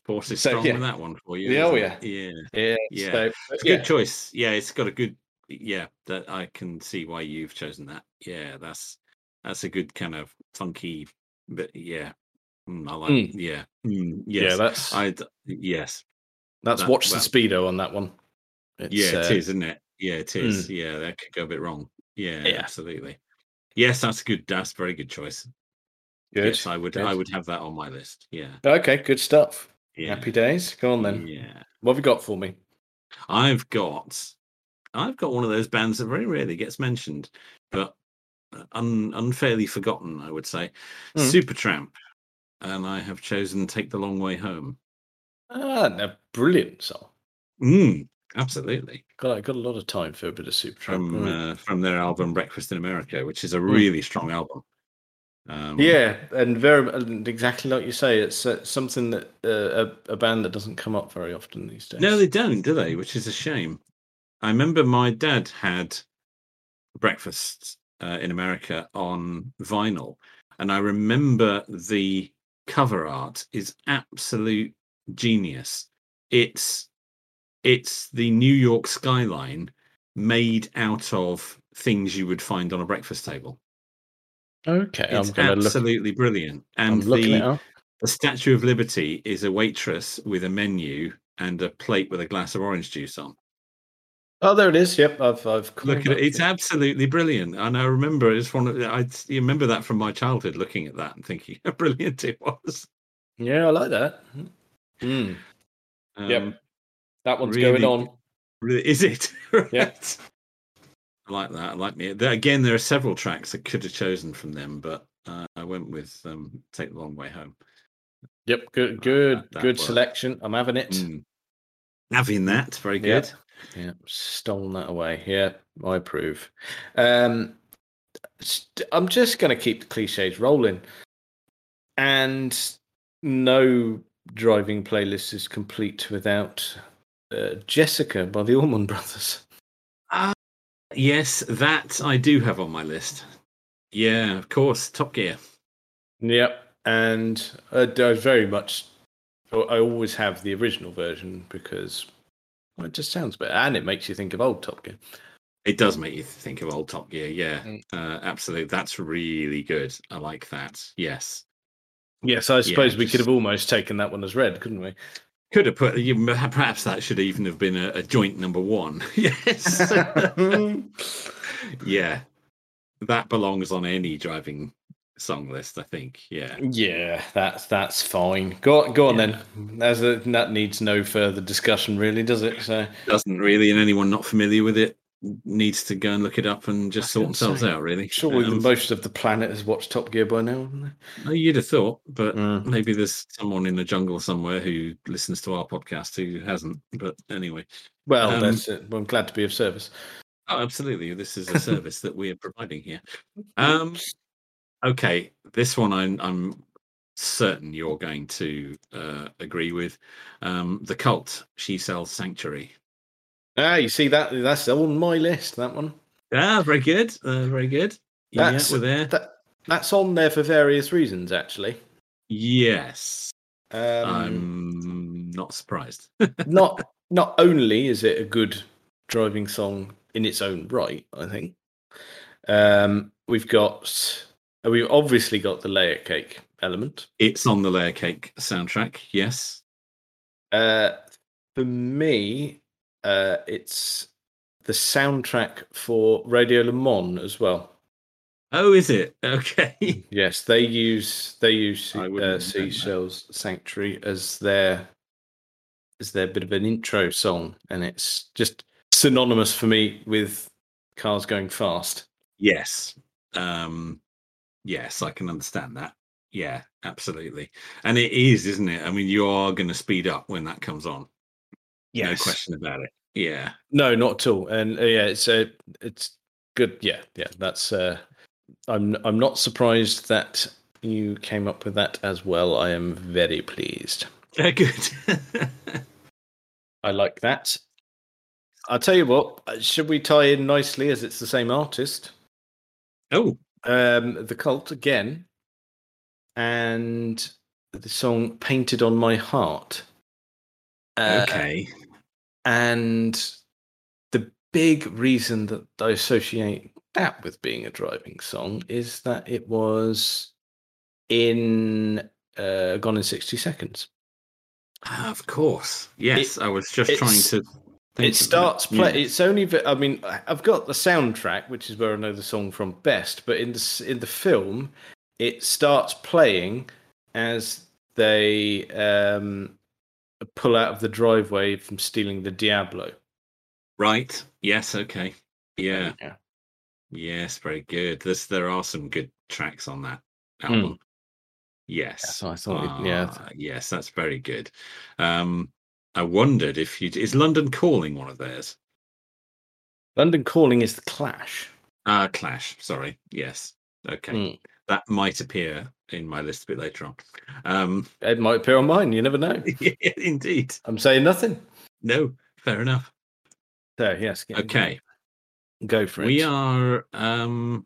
[SPEAKER 1] Force is
[SPEAKER 2] So,
[SPEAKER 1] strong
[SPEAKER 2] yeah.
[SPEAKER 1] with that one for you.
[SPEAKER 2] Yeah, oh,
[SPEAKER 1] isn't it? Yeah.
[SPEAKER 2] yeah,
[SPEAKER 1] Yeah.
[SPEAKER 2] so-
[SPEAKER 1] It's a
[SPEAKER 2] yeah.
[SPEAKER 1] good choice. Yeah, it's got a good. Yeah, that I can see why you've chosen that. Yeah, that's that's a good kind of funky. But yeah, Mm, I like.
[SPEAKER 2] Mm.
[SPEAKER 1] Yeah. Mm,
[SPEAKER 2] Yeah,
[SPEAKER 1] yes.
[SPEAKER 2] that's
[SPEAKER 1] I. Yes.
[SPEAKER 2] That's
[SPEAKER 1] That-
[SPEAKER 2] watch
[SPEAKER 1] well-
[SPEAKER 2] the speedo on that one. It's,
[SPEAKER 1] yeah, it
[SPEAKER 2] uh,
[SPEAKER 1] is, isn't it? Yeah, it is. Yeah, that could go a bit wrong. Yeah,
[SPEAKER 2] Yeah.
[SPEAKER 1] absolutely. Yes, that's a good. That's a very good choice.
[SPEAKER 2] Good.
[SPEAKER 1] Yes, I would. I
[SPEAKER 2] good.
[SPEAKER 1] would have that on my list. Yeah.
[SPEAKER 2] Okay, good stuff.
[SPEAKER 1] yeah.
[SPEAKER 2] Happy days. Go on then.
[SPEAKER 1] Yeah.
[SPEAKER 2] What have you got for me?
[SPEAKER 1] I've got. I've got one of those bands that very rarely gets mentioned, but uh, un, unfairly forgotten, I would say.
[SPEAKER 2] Mm.
[SPEAKER 1] Supertramp, and I have chosen "Take the Long Way Home."
[SPEAKER 2] Ah, a brilliant song.
[SPEAKER 1] Mm, absolutely.
[SPEAKER 2] Got I got a lot of time for a bit of super
[SPEAKER 1] from
[SPEAKER 2] Tramp.
[SPEAKER 1] uh, from their album Breakfast in America, which is a
[SPEAKER 2] Mm.
[SPEAKER 1] really strong album. Um,
[SPEAKER 2] Yeah, and very and exactly like you say, it's uh, something that uh, a, a band that doesn't come up very often these days.
[SPEAKER 1] No, they don't, do they? Which is a shame. I remember my dad had breakfast uh, in America on vinyl, and I remember the cover art is absolute genius. It's it's the New York skyline made out of things you would find on a breakfast table.
[SPEAKER 2] okay, I'm
[SPEAKER 1] It's
[SPEAKER 2] gonna look.
[SPEAKER 1] absolutely brilliant.
[SPEAKER 2] I'm
[SPEAKER 1] And
[SPEAKER 2] looking
[SPEAKER 1] the
[SPEAKER 2] it up.
[SPEAKER 1] the Statue of Liberty is a waitress with a menu and a plate with a glass of orange juice on.
[SPEAKER 2] Oh, there it is. Yep, I've I've
[SPEAKER 1] Look at it; it's absolutely brilliant. And I remember it's one of I s- you remember that from my childhood, looking at that and thinking how brilliant it was.
[SPEAKER 2] Yeah, I like that. Mm,
[SPEAKER 1] Um,
[SPEAKER 2] Yep. that one's
[SPEAKER 1] Really
[SPEAKER 2] going on.
[SPEAKER 1] really- is it?
[SPEAKER 2] Yeah.
[SPEAKER 1] Right. I like that. I like me. There, again, there are several tracks I could have chosen from them, but uh, I went with um, "Take the Long Way Home."
[SPEAKER 2] Yep, good,
[SPEAKER 1] Uh,
[SPEAKER 2] good,
[SPEAKER 1] that
[SPEAKER 2] good
[SPEAKER 1] one.
[SPEAKER 2] selection. I'm having it.
[SPEAKER 1] Mm. Having that, very
[SPEAKER 2] Yeah.
[SPEAKER 1] good.
[SPEAKER 2] Yeah, stolen that away. Yeah, I approve. Um, st- I'm just going to keep the cliches rolling. And no driving playlist is complete without uh, Jessica by the Allman Brothers.
[SPEAKER 1] Yes, that I do have on my list. Yeah, of course, Top Gear.
[SPEAKER 2] Yep, and uh, I very much. I I always have the original version because well, it just sounds better, and it makes you think of old Top Gear.
[SPEAKER 1] It does make you think of old Top Gear. Yeah,
[SPEAKER 2] Mm.
[SPEAKER 1] uh, absolutely. That's really good. I like that. Yes.
[SPEAKER 2] Yes, I suppose we
[SPEAKER 1] just-
[SPEAKER 2] could have almost taken that one as red, couldn't we?
[SPEAKER 1] Could have put, you- perhaps that should even have been a, a joint number one. Yes. yeah. That belongs on any driving song list, I think. Yeah.
[SPEAKER 2] Yeah, that's that's fine. Go go on
[SPEAKER 1] Yeah.
[SPEAKER 2] then. As a, that needs no further discussion, really, does it? So
[SPEAKER 1] Doesn't really, and anyone not familiar with it needs to go and look it up and just
[SPEAKER 2] was
[SPEAKER 1] sort
[SPEAKER 2] gonna
[SPEAKER 1] themselves
[SPEAKER 2] say,
[SPEAKER 1] out, really.
[SPEAKER 2] surely
[SPEAKER 1] Um,
[SPEAKER 2] the most of the planet has watched Top Gear by now, haven't
[SPEAKER 1] Well, You'd have thought, but
[SPEAKER 2] Mm.
[SPEAKER 1] maybe there's someone in the jungle somewhere who listens to our podcast who hasn't. But anyway,
[SPEAKER 2] they? Well,
[SPEAKER 1] Um,
[SPEAKER 2] that's it. Well, I'm glad to be of service.
[SPEAKER 1] oh, absolutely, this is a service that we are providing here. Um, okay, this one I'm, I'm certain you're going to uh, agree with. Um, the cult, she sells sanctuary.
[SPEAKER 2] Ah, you see that that's on my list. That one.
[SPEAKER 1] Ah, very good, uh, very good. Yeah,
[SPEAKER 2] That's-
[SPEAKER 1] we're there.
[SPEAKER 2] That that's on there for various reasons, actually.
[SPEAKER 1] Yes,
[SPEAKER 2] Um,
[SPEAKER 1] I'm not surprised.
[SPEAKER 2] not not only is it a good driving song in its own right, I think. Um, we've got we've obviously got the layer cake element.
[SPEAKER 1] it's on the layer cake soundtrack. Yes.
[SPEAKER 2] Uh, for me, uh, it's the soundtrack for Radio Le Mans as well.
[SPEAKER 1] Oh, is it? Okay.
[SPEAKER 2] Yes, they use they use
[SPEAKER 1] I wouldn't
[SPEAKER 2] uh,
[SPEAKER 1] have known that.
[SPEAKER 2] Seashells Sanctuary as their as their bit of an intro song, and it's just synonymous for me with cars going fast.
[SPEAKER 1] Yes. Um yes, I can understand that. Yeah, absolutely. And it is, isn't it? I mean, you are going to speed up when that comes on. No question about it. Yeah.
[SPEAKER 2] no, not at all. And uh, yeah, it's uh, it's good. Yeah, yeah, that's. Uh, I'm I'm not surprised that you came up with that as well. I am very pleased.
[SPEAKER 1] Uh, good.
[SPEAKER 2] I like that. I'll tell you what. uh, Should we tie in nicely as it's the same artist?
[SPEAKER 1] oh,
[SPEAKER 2] um, the cult again, and the song "Painted on My Heart." Uh,
[SPEAKER 1] okay.
[SPEAKER 2] And the big reason that I associate that with being a driving song is that it was in uh, Gone in sixty seconds.
[SPEAKER 1] Ah, of course. Yes, I was just trying
[SPEAKER 2] it's-
[SPEAKER 1] to think
[SPEAKER 2] it
[SPEAKER 1] of
[SPEAKER 2] starts play.
[SPEAKER 1] Yeah.
[SPEAKER 2] It's only. v- I mean, I- I've got the soundtrack, which is where I know the song from best. But in the s- in the film, it starts playing as they um, pull out of the driveway from stealing the Diablo.
[SPEAKER 1] Right. Yes, okay. Yeah.
[SPEAKER 2] yeah.
[SPEAKER 1] Yes, very good. This there are some good tracks on that
[SPEAKER 2] Hmm.
[SPEAKER 1] album. Yes.
[SPEAKER 2] So I thought, it- yeah,
[SPEAKER 1] Ah, yes, that's very good. Um, I wondered if you is London Calling one of theirs?
[SPEAKER 2] London Calling is the Clash.
[SPEAKER 1] Ah, Clash. Sorry. Yes. Okay.
[SPEAKER 2] Mm.
[SPEAKER 1] that might appear in my list a bit later on. Um,
[SPEAKER 2] It might appear on mine. You never know.
[SPEAKER 1] yeah, indeed.
[SPEAKER 2] I'm saying nothing.
[SPEAKER 1] No, fair enough.
[SPEAKER 2] So yes. get-
[SPEAKER 1] Okay,
[SPEAKER 2] Go for it.
[SPEAKER 1] we are. Um,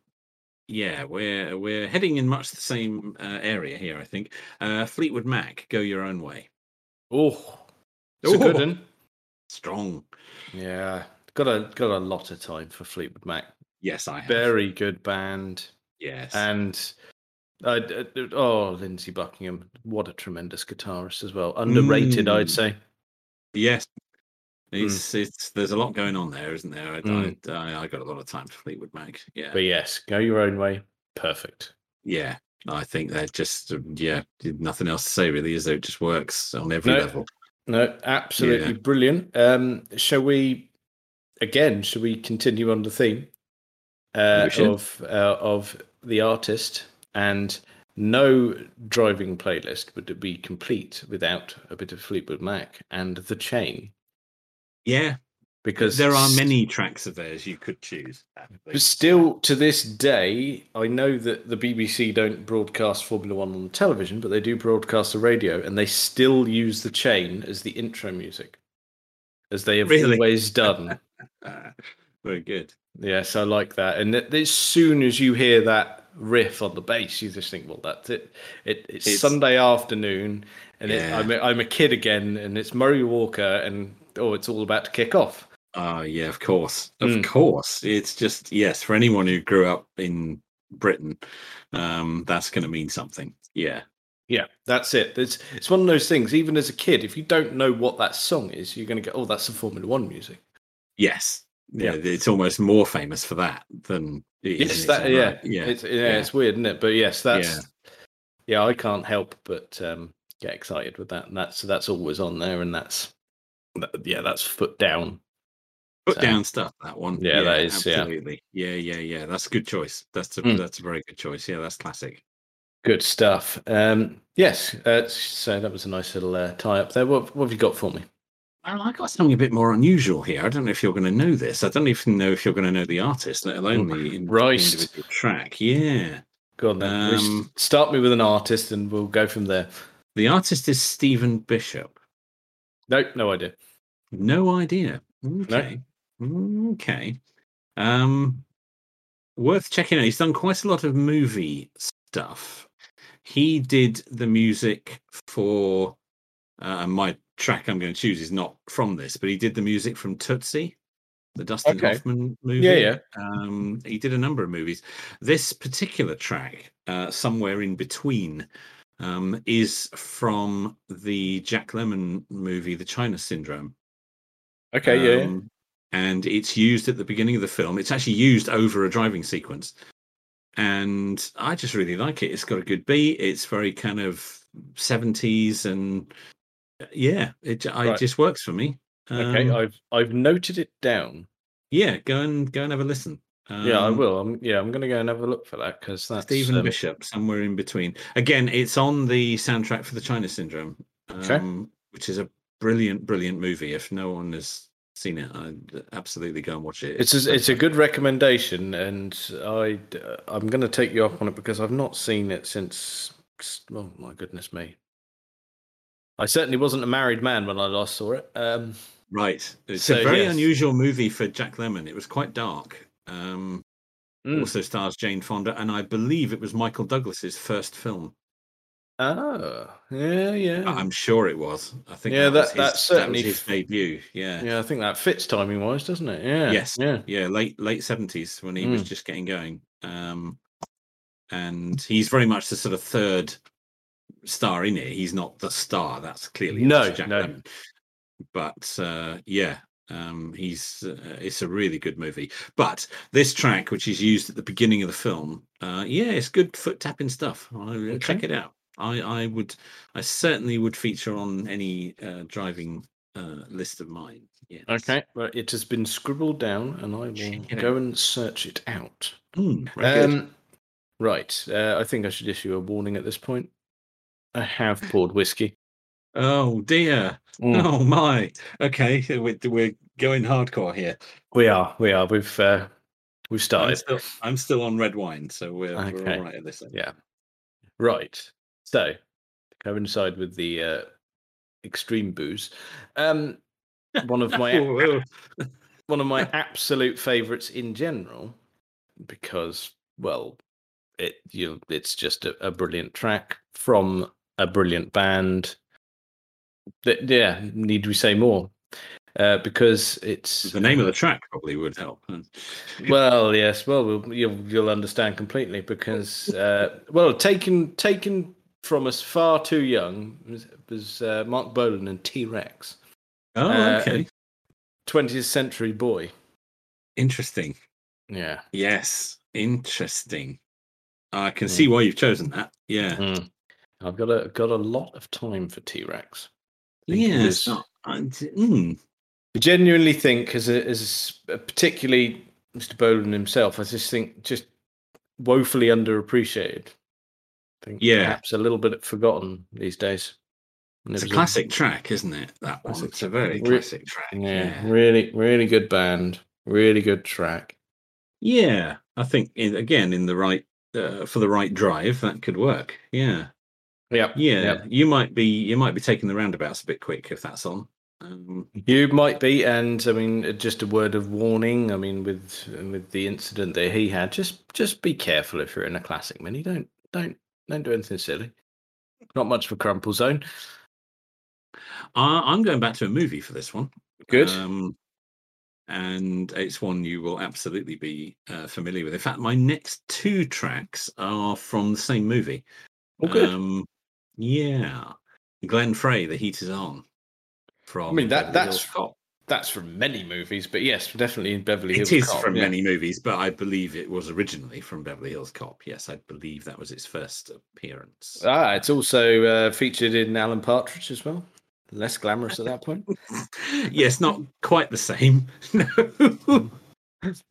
[SPEAKER 1] yeah, we're we're heading in much the same uh, area here. I think uh, Fleetwood Mac, go your own way.
[SPEAKER 2] Oh, it's a
[SPEAKER 1] Oh.
[SPEAKER 2] good one.
[SPEAKER 1] Strong.
[SPEAKER 2] Yeah, got a got a lot of time for Fleetwood Mac.
[SPEAKER 1] Yes, I have.
[SPEAKER 2] Very good band,
[SPEAKER 1] Yes.
[SPEAKER 2] and uh, d- d- oh, Lindsey Buckingham, what a tremendous guitarist as well. Underrated, I'd
[SPEAKER 1] Mm.
[SPEAKER 2] say.
[SPEAKER 1] Yes. It's it's there's a lot going on there, isn't there? I,
[SPEAKER 2] Mm.
[SPEAKER 1] I, I, I got a lot of time for Fleetwood Mac. Yeah,
[SPEAKER 2] But yes, go your own way. Perfect.
[SPEAKER 1] yeah. I think they're just um, yeah, nothing else to say really. Is there? It just works on every
[SPEAKER 2] No.
[SPEAKER 1] level.
[SPEAKER 2] No, absolutely brilliant. Um, shall we again? Shall we continue on the theme uh,
[SPEAKER 1] We should.
[SPEAKER 2] of uh, of the artist? And no driving playlist would be complete without a bit of Fleetwood Mac and The Chain,
[SPEAKER 1] Yeah,
[SPEAKER 2] because
[SPEAKER 1] there are
[SPEAKER 2] s-
[SPEAKER 1] many tracks of theirs you could choose. actually.
[SPEAKER 2] But still, to this day, I know that the BBC don't broadcast Formula One on the television, but they do broadcast the radio, and they still use the chain as the intro music, as they have
[SPEAKER 1] Really?
[SPEAKER 2] always done.
[SPEAKER 1] Uh, very good.
[SPEAKER 2] yes, I like that. And th- as soon as you hear that riff on the bass, you just think, "Well, that's it. it it's,
[SPEAKER 1] It's-
[SPEAKER 2] Sunday afternoon, and it,
[SPEAKER 1] Yeah.
[SPEAKER 2] I'm a, I'm a kid again, and it's Murray Walker, and oh, it's all about to kick off."
[SPEAKER 1] Ah, yeah, of course, of
[SPEAKER 2] Mm.
[SPEAKER 1] course. It's just yes, for anyone who grew up in Britain, um, that's going to mean something. Yeah,
[SPEAKER 2] Yeah, that's it. It's it's one of those things. Even as a kid, if you don't know what that song is, you're going to go, "Oh, that's the Formula One music."
[SPEAKER 1] yes, yeah.
[SPEAKER 2] Yeah.
[SPEAKER 1] It's almost more famous for that than it is
[SPEAKER 2] Yes,
[SPEAKER 1] in its
[SPEAKER 2] that
[SPEAKER 1] own
[SPEAKER 2] yeah,
[SPEAKER 1] right. yeah.
[SPEAKER 2] It's, yeah,
[SPEAKER 1] yeah.
[SPEAKER 2] it's weird, isn't it? But yes, that's yeah. I can't help but um, get excited with that. And that's that's always on there, and that's that- yeah, that's foot down.
[SPEAKER 1] Put
[SPEAKER 2] So-
[SPEAKER 1] down stuff. That one.
[SPEAKER 2] uh, Yeah, that is, yeah.
[SPEAKER 1] absolutely. Yeah. yeah, yeah, That's a good choice. That's a
[SPEAKER 2] Mm.
[SPEAKER 1] that's a very good choice. Yeah, that's classic.
[SPEAKER 2] Good stuff. Um, yes, uh, so that was a nice little uh, tie up there. What what have you got for me?
[SPEAKER 1] Well, I got something a bit more unusual here. I don't know if you're going to know this. I don't even know if you're going to know the artist, let alone the in-
[SPEAKER 2] Oh, Christ.
[SPEAKER 1] individual track. Yeah,
[SPEAKER 2] Go on then. Just
[SPEAKER 1] Um,
[SPEAKER 2] start me with an artist, and we'll go from there.
[SPEAKER 1] the artist is Stephen Bishop.
[SPEAKER 2] Nope, no idea.
[SPEAKER 1] No idea. Okay. Okay. Um, worth checking out. He's done quite a lot of movie stuff. He did the music for, uh, and my track I'm going to choose is not from this, but he did the music from Tootsie, the Dustin
[SPEAKER 2] Okay.
[SPEAKER 1] Hoffman movie.
[SPEAKER 2] Yeah, yeah.
[SPEAKER 1] Um, he did a number of movies. This particular track, uh, somewhere in between, um, is from the Jack Lemon movie, The China Syndrome.
[SPEAKER 2] Okay, yeah, yeah.
[SPEAKER 1] Um, And it's used at the beginning of the film. It's actually used over a driving sequence. And I just really like it. It's got a good beat. It's very kind of 70s and uh, yeah, it, j- I- it
[SPEAKER 2] Right.
[SPEAKER 1] just works for me.
[SPEAKER 2] Okay,
[SPEAKER 1] Um,
[SPEAKER 2] I've I've noted it down.
[SPEAKER 1] yeah, go and go and have a listen. Um,
[SPEAKER 2] yeah, I will. I'm, yeah, I'm going to go and have a look for that because that's
[SPEAKER 1] Stephen
[SPEAKER 2] um,
[SPEAKER 1] Bishop, somewhere in between. Again, it's on the soundtrack for the China Syndrome,
[SPEAKER 2] Okay.
[SPEAKER 1] um, which is a brilliant, brilliant movie. If no one has seen it, I'd absolutely go and watch it.
[SPEAKER 2] It's a, it's a good recommendation, and I uh, I'm going to take you up on it because I've not seen it since. s- Oh my goodness me! I certainly wasn't a married man when I last saw it. Um,
[SPEAKER 1] Right. It's
[SPEAKER 2] So,
[SPEAKER 1] a very
[SPEAKER 2] yes.
[SPEAKER 1] unusual movie for Jack Lemon. It was quite dark. Um,
[SPEAKER 2] mm.
[SPEAKER 1] Also stars Jane Fonda, and I believe it was Michael Douglas's first film.
[SPEAKER 2] Oh, yeah,
[SPEAKER 1] I-
[SPEAKER 2] yeah,
[SPEAKER 1] I'm sure it was. I think
[SPEAKER 2] Yeah,
[SPEAKER 1] was
[SPEAKER 2] that-
[SPEAKER 1] his-
[SPEAKER 2] that certainly
[SPEAKER 1] was his
[SPEAKER 2] f-
[SPEAKER 1] debut. Yeah.
[SPEAKER 2] yeah. I think that fits timing wise, doesn't it? Yeah.
[SPEAKER 1] Yes.
[SPEAKER 2] Yeah.
[SPEAKER 1] yeah late late 70s when he was
[SPEAKER 2] Mm.
[SPEAKER 1] just getting going um and he's very much the sort of third star in it he's not the star that's clearly
[SPEAKER 2] No,
[SPEAKER 1] that's Jack
[SPEAKER 2] no.
[SPEAKER 1] Lemmon. but uh yeah um he's uh, it's a really good movie but this track which is used at the beginning of the film uh yeah it's good foot tapping stuff I, uh, check it out i i would i certainly would feature on any uh driving uh list of mine yeah
[SPEAKER 2] Okay. Well, it has been scribbled down, and I
[SPEAKER 1] Check it
[SPEAKER 2] will go and search it out.
[SPEAKER 1] mm, very good.
[SPEAKER 2] Um, right. Uh, I think I should issue a warning at this point. I have poured whiskey. Mm,
[SPEAKER 1] Oh dear.
[SPEAKER 2] Hmm.
[SPEAKER 1] Oh my. Okay, so we're, we're going hardcore here.
[SPEAKER 2] We are. We are. We've uh, We've
[SPEAKER 1] I'm
[SPEAKER 2] started.
[SPEAKER 1] still, I'm still on red wine, so we're, we're
[SPEAKER 2] Okay.
[SPEAKER 1] all right at this. End.
[SPEAKER 2] Yeah. Right. So, to coincide with the uh, extreme booze, um, one of my
[SPEAKER 1] Whoa, whoa.
[SPEAKER 2] one of my absolute favorites in general because well it you it's just a, a brilliant track from a brilliant band Th- yeah need we say more uh, because it's
[SPEAKER 1] The name of the track probably would help. Hmm.
[SPEAKER 2] well yes well, we'll you'll, you'll understand completely because uh, well taken taken from us far too young was, was uh, mark bolan and t-rex
[SPEAKER 1] oh,
[SPEAKER 2] uh,
[SPEAKER 1] okay.
[SPEAKER 2] 20th century boy
[SPEAKER 1] Interesting.
[SPEAKER 2] yeah
[SPEAKER 1] Yes, interesting. I can
[SPEAKER 2] Hmm.
[SPEAKER 1] see why you've chosen that. Yeah,
[SPEAKER 2] Mm. I've got a got a lot of time for T Rex. think it
[SPEAKER 1] yeah.
[SPEAKER 2] is.
[SPEAKER 1] It's not, Oh, I, d- mm,
[SPEAKER 2] I genuinely think, as a, as a- particularly Mr. Bolan himself, I just think just woefully underappreciated. I think
[SPEAKER 1] Yeah.
[SPEAKER 2] perhaps a little bit forgotten these days. And it
[SPEAKER 1] it's a
[SPEAKER 2] was
[SPEAKER 1] classic track, isn't it? That one.
[SPEAKER 2] Classic
[SPEAKER 1] It's a very
[SPEAKER 2] track.
[SPEAKER 1] classic track.
[SPEAKER 2] yeah,
[SPEAKER 1] Yeah.
[SPEAKER 2] really, really good band, really good track.
[SPEAKER 1] Yeah. I think in, again in the right uh, for the right drive that could work. Yeah.
[SPEAKER 2] Yep.
[SPEAKER 1] Yeah.
[SPEAKER 2] yep.
[SPEAKER 1] You might be you might be taking the roundabouts a bit quick if that's on. Um,
[SPEAKER 2] You might be, and I mean, uh, just a word of warning. I mean, with with the incident that he had, just just be careful if you're in a classic mini. Don't don't don't do anything silly. Not much for crumple zone.
[SPEAKER 1] I, I'm going back to a movie for this one.
[SPEAKER 2] Good.
[SPEAKER 1] Um, and it's one you will absolutely be uh, familiar with. In fact, my next two tracks are from the same movie.
[SPEAKER 2] Oh, good.
[SPEAKER 1] Um, yeah. Glenn Frey, The Heat Is On. From
[SPEAKER 2] mean,
[SPEAKER 1] Beverly
[SPEAKER 2] that- that's-
[SPEAKER 1] Hills Cop.
[SPEAKER 2] That's from many movies, but yes, definitely in Beverly Hills.
[SPEAKER 1] It is
[SPEAKER 2] Cop,
[SPEAKER 1] from
[SPEAKER 2] yeah.
[SPEAKER 1] many movies, but I believe it was originally from Beverly Hills Cop. Yes, I believe that was its first appearance.
[SPEAKER 2] Ah, it's also uh, featured in Alan Partridge as well. Less glamorous at that point.
[SPEAKER 1] yes, not quite the same. No.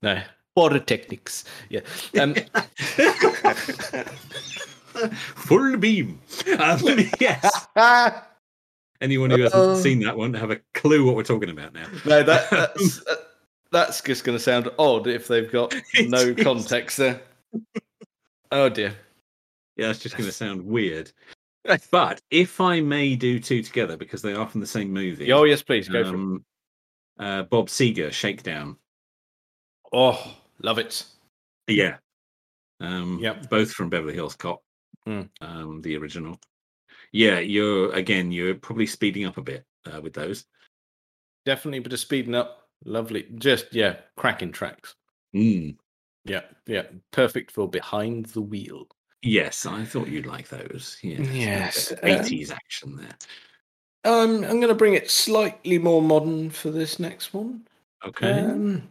[SPEAKER 2] No, border techniques. Yeah. Um,
[SPEAKER 1] Full beam. Um, yes.
[SPEAKER 2] ah!
[SPEAKER 1] Anyone who hasn't
[SPEAKER 2] Uh-oh.
[SPEAKER 1] seen that one have a clue what we're talking about now.
[SPEAKER 2] No, that, that's uh, that's just going to sound odd if they've got
[SPEAKER 1] It
[SPEAKER 2] no
[SPEAKER 1] is.
[SPEAKER 2] context there. Oh dear.
[SPEAKER 1] Yeah, it's just going to sound weird. But if I may do two together because they are from the same movie.
[SPEAKER 2] Oh yes, please go for it.
[SPEAKER 1] um, uh, Bob Seger, Shakedown.
[SPEAKER 2] Oh, love it.
[SPEAKER 1] Yeah. Um,
[SPEAKER 2] Yep.
[SPEAKER 1] Both from Beverly Hills Cop,
[SPEAKER 2] Hmm.
[SPEAKER 1] um, the original. Yeah, you're again. You're probably speeding up a bit uh, with those.
[SPEAKER 2] Definitely, but of speeding up. Lovely. Just yeah, cracking tracks. Hmm.
[SPEAKER 1] Mm.
[SPEAKER 2] Yeah, yeah. Perfect for behind the wheel.
[SPEAKER 1] Yes, I thought you'd like those.
[SPEAKER 2] Yes,
[SPEAKER 1] Yes,
[SPEAKER 2] um,
[SPEAKER 1] eighties action there.
[SPEAKER 2] Um, I'm going to bring it slightly more modern for this next one.
[SPEAKER 1] Okay.
[SPEAKER 2] Um,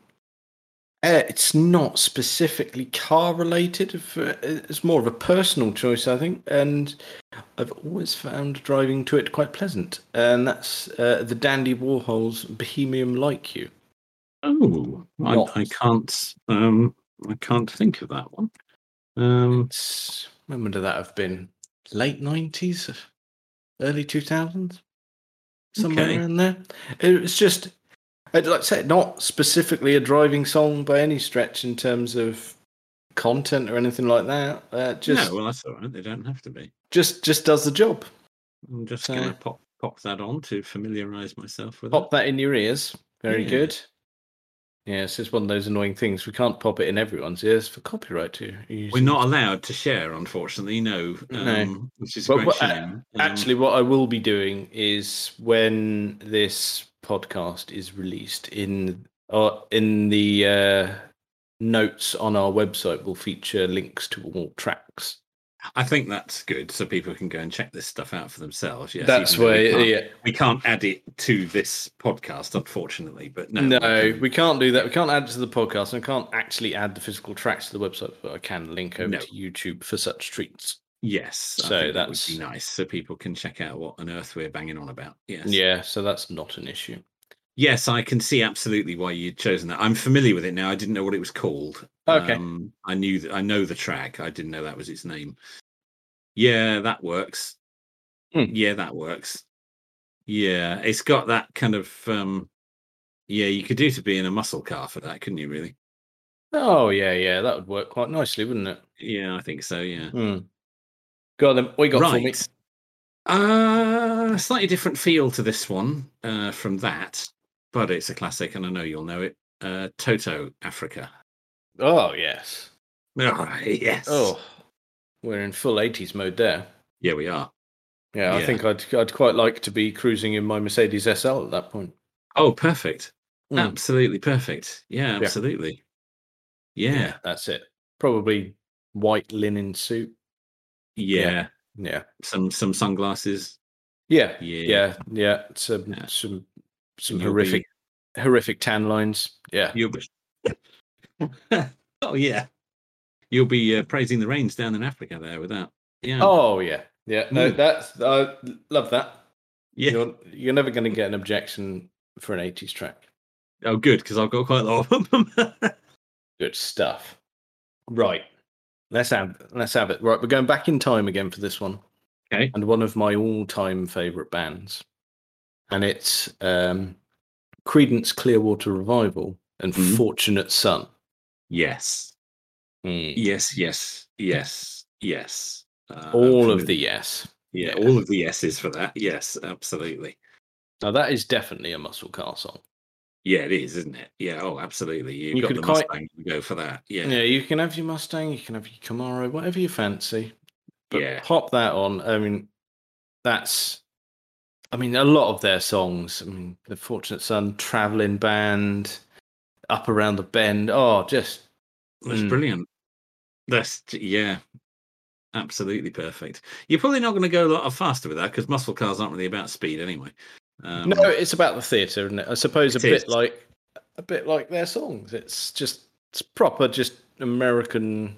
[SPEAKER 2] uh, it's not specifically car related. if, uh, It's more of a personal choice, I think, and I've always found driving to it quite pleasant. And that's uh, the Dandy Warhol's "Bohemian Like You."
[SPEAKER 1] oh, I,
[SPEAKER 2] not-
[SPEAKER 1] I can't. Um, I can't think of that one. Um,
[SPEAKER 2] It's, when would that have been? Late nineties, early two thousands, somewhere
[SPEAKER 1] Okay.
[SPEAKER 2] around there. It was just, I'd like to say, not specifically a driving song by any stretch in terms of content or anything like that. Uh, just,
[SPEAKER 1] no, Mm-hmm. well, that's all right. They don't have to be.
[SPEAKER 2] just, just does the job.
[SPEAKER 1] I'm just
[SPEAKER 2] So-
[SPEAKER 1] going to pop pop that on to familiarise myself with
[SPEAKER 2] Pop that in your ears. Very
[SPEAKER 1] Yeah.
[SPEAKER 2] good. Yeah, it's just one of those annoying things. We can't pop it in everyone's ears for copyright. To
[SPEAKER 1] it. We're not allowed to share, unfortunately. No, um,
[SPEAKER 2] No.
[SPEAKER 1] which is a
[SPEAKER 2] Well,
[SPEAKER 1] great
[SPEAKER 2] well, a-
[SPEAKER 1] shame. Um,
[SPEAKER 2] Actually, what I will be doing is when this podcast is released in uh, in the uh, notes on our website, we'll feature links to all tracks.
[SPEAKER 1] I think that's good, so people can go and check this stuff out for themselves. Yes,
[SPEAKER 2] That's
[SPEAKER 1] even though
[SPEAKER 2] where,
[SPEAKER 1] we can't,
[SPEAKER 2] yeah,
[SPEAKER 1] we can't add it to this podcast, unfortunately. But no,
[SPEAKER 2] no,
[SPEAKER 1] we can-
[SPEAKER 2] we can't do that. We can't add it to the podcast, and I can't actually add the physical tracks to the website, but I can link over
[SPEAKER 1] No.
[SPEAKER 2] to YouTube for such treats.
[SPEAKER 1] yes, I
[SPEAKER 2] So
[SPEAKER 1] think that would
[SPEAKER 2] that's-
[SPEAKER 1] be nice, so people can check out what on earth we're banging on about. Yes,
[SPEAKER 2] Yeah, so that's not an issue.
[SPEAKER 1] yes, I can see absolutely why you'd chosen that. I'm familiar with it now. I didn't know what it was called.
[SPEAKER 2] Okay.
[SPEAKER 1] um, I knew that I know the track. I didn't know that was its name. Yeah, that works.
[SPEAKER 2] Hmm.
[SPEAKER 1] Yeah, that works. Yeah, it's got that kind of. um Yeah, you could do to be in a muscle car for that, couldn't you? Really.
[SPEAKER 2] Oh yeah, yeah, that would work quite nicely, wouldn't it?
[SPEAKER 1] Yeah, I think so. Yeah.
[SPEAKER 2] Hmm. Go on then. We got for me.
[SPEAKER 1] right. Uh, slightly different feel to this one uh, from that, but it's a classic, and I know you'll know it. Uh, Toto Africa.
[SPEAKER 2] Oh yes.
[SPEAKER 1] Oh, yes.
[SPEAKER 2] Oh, we're in full eighties mode there.
[SPEAKER 1] yeah, we are.
[SPEAKER 2] Yeah, I
[SPEAKER 1] Yeah.
[SPEAKER 2] think I'd I'd quite like to be cruising in my Mercedes SL at that point.
[SPEAKER 1] Oh, perfect.
[SPEAKER 2] Mm.
[SPEAKER 1] Oh, Absolutely perfect. Yeah,
[SPEAKER 2] Yeah.
[SPEAKER 1] absolutely. Yeah. Yeah.
[SPEAKER 2] that's it. Probably white linen suit. Yeah. Yeah.
[SPEAKER 1] Some some sunglasses.
[SPEAKER 2] Yeah.
[SPEAKER 1] Yeah.
[SPEAKER 2] Yeah. Yeah. Some
[SPEAKER 1] Yeah.
[SPEAKER 2] some some
[SPEAKER 1] You'll
[SPEAKER 2] horrific horrific tan lines. Yeah.
[SPEAKER 1] You'll be. oh yeah. You'll be uh, praising the rains down in Africa there with that. Yeah.
[SPEAKER 2] Oh yeah. Yeah. No,
[SPEAKER 1] Mm.
[SPEAKER 2] that's I love that.
[SPEAKER 1] yeah.
[SPEAKER 2] You're you're never gonna get an objection for an eighties track.
[SPEAKER 1] Oh, good because I've got quite a lot of them.
[SPEAKER 2] Good stuff. Right. Let's have let's have it. Right, we're going back in time again for this one.
[SPEAKER 1] Okay.
[SPEAKER 2] And one of my all-time favorite bands. And it's um Credence Clearwater Revival and
[SPEAKER 1] Mhm.
[SPEAKER 2] Fortunate Son.
[SPEAKER 1] yes. Yes. Yes. Yes. Yes. Uh,
[SPEAKER 2] All of
[SPEAKER 1] absolutely.
[SPEAKER 2] the yes.
[SPEAKER 1] yeah,
[SPEAKER 2] yeah.
[SPEAKER 1] all of the yeses for that. Yes, absolutely.
[SPEAKER 2] Now that is definitely a muscle car song.
[SPEAKER 1] Yeah, it is, isn't it? Yeah. Oh, absolutely. You've
[SPEAKER 2] You
[SPEAKER 1] got
[SPEAKER 2] could
[SPEAKER 1] the
[SPEAKER 2] quite-
[SPEAKER 1] Mustang. You go for that. Yeah.
[SPEAKER 2] Yeah, you can have your Mustang, you can have your Camaro, whatever you fancy. But
[SPEAKER 1] Yeah.
[SPEAKER 2] pop that on. I mean, that's. I mean, a lot of their songs. I mean, The Fortunate Son, Traveling Band, Up Around the Bend. Oh, just
[SPEAKER 1] That's
[SPEAKER 2] Mm.
[SPEAKER 1] brilliant. That's j- yeah, absolutely perfect. You're probably not going to go a lot faster with that because muscle cars aren't really about speed anyway. Um,
[SPEAKER 2] no. It's about the theatre, isn't it? I suppose a
[SPEAKER 1] It
[SPEAKER 2] bit
[SPEAKER 1] is.
[SPEAKER 2] like, a bit like their songs. It's just it's proper, just American,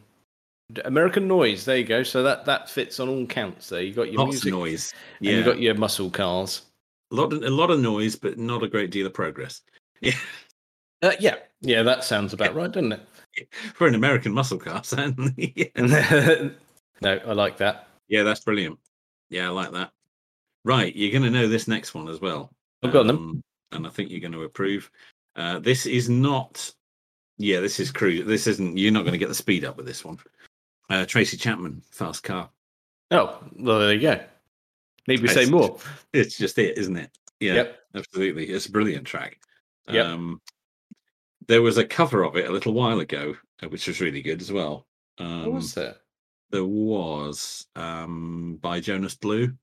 [SPEAKER 2] American noise. There you go. So that that fits on all counts. There you got your
[SPEAKER 1] lots
[SPEAKER 2] music,
[SPEAKER 1] of noise.
[SPEAKER 2] and
[SPEAKER 1] Yeah,
[SPEAKER 2] you got your muscle cars.
[SPEAKER 1] a lot of, a lot of noise, but not a great deal of progress. Yeah,
[SPEAKER 2] Uh, yeah, yeah, that sounds about right, doesn't it?
[SPEAKER 1] for an American muscle car, certainly. yeah.
[SPEAKER 2] no, I like that.
[SPEAKER 1] yeah, that's brilliant. Yeah, I like that. Right, you're going to know this next one as well.
[SPEAKER 2] I've got them.
[SPEAKER 1] Um, and I think you're going to approve. Uh, this is not. Yeah, this is cruise. This isn't. You're not going to get the speed up with this one. Uh, Tracy Chapman, fast car.
[SPEAKER 2] Oh, well, there you go. Need we say
[SPEAKER 1] Nice.
[SPEAKER 2] more?
[SPEAKER 1] it's just it, isn't it? Yeah,
[SPEAKER 2] Yep.
[SPEAKER 1] absolutely. It's a brilliant track.
[SPEAKER 2] Yep.
[SPEAKER 1] Um, there was a cover of it a little while ago, uh, which was really good as well. Um,
[SPEAKER 2] what was that?
[SPEAKER 1] There was um, by Jonas Blue.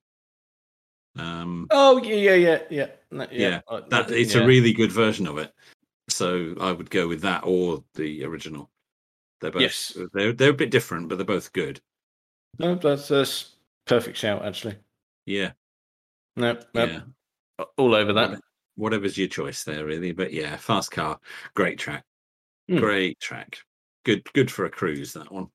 [SPEAKER 1] Um,
[SPEAKER 2] Oh, yeah, yeah, yeah, yeah. No,
[SPEAKER 1] Yeah,
[SPEAKER 2] I-
[SPEAKER 1] that
[SPEAKER 2] I-
[SPEAKER 1] it's
[SPEAKER 2] yeah.
[SPEAKER 1] a really good version of it. So I would go with that or the original. They're both
[SPEAKER 2] Yes.
[SPEAKER 1] they're they're a bit different, but they're both good.
[SPEAKER 2] No, that's a s- perfect shout, actually.
[SPEAKER 1] Yeah,
[SPEAKER 2] No, no,
[SPEAKER 1] yeah.
[SPEAKER 2] all over that.
[SPEAKER 1] Whatever- Whatever's your choice there, really. But yeah, fast car, great track,
[SPEAKER 2] Hmm.
[SPEAKER 1] great track. Good, good for a cruise. That one.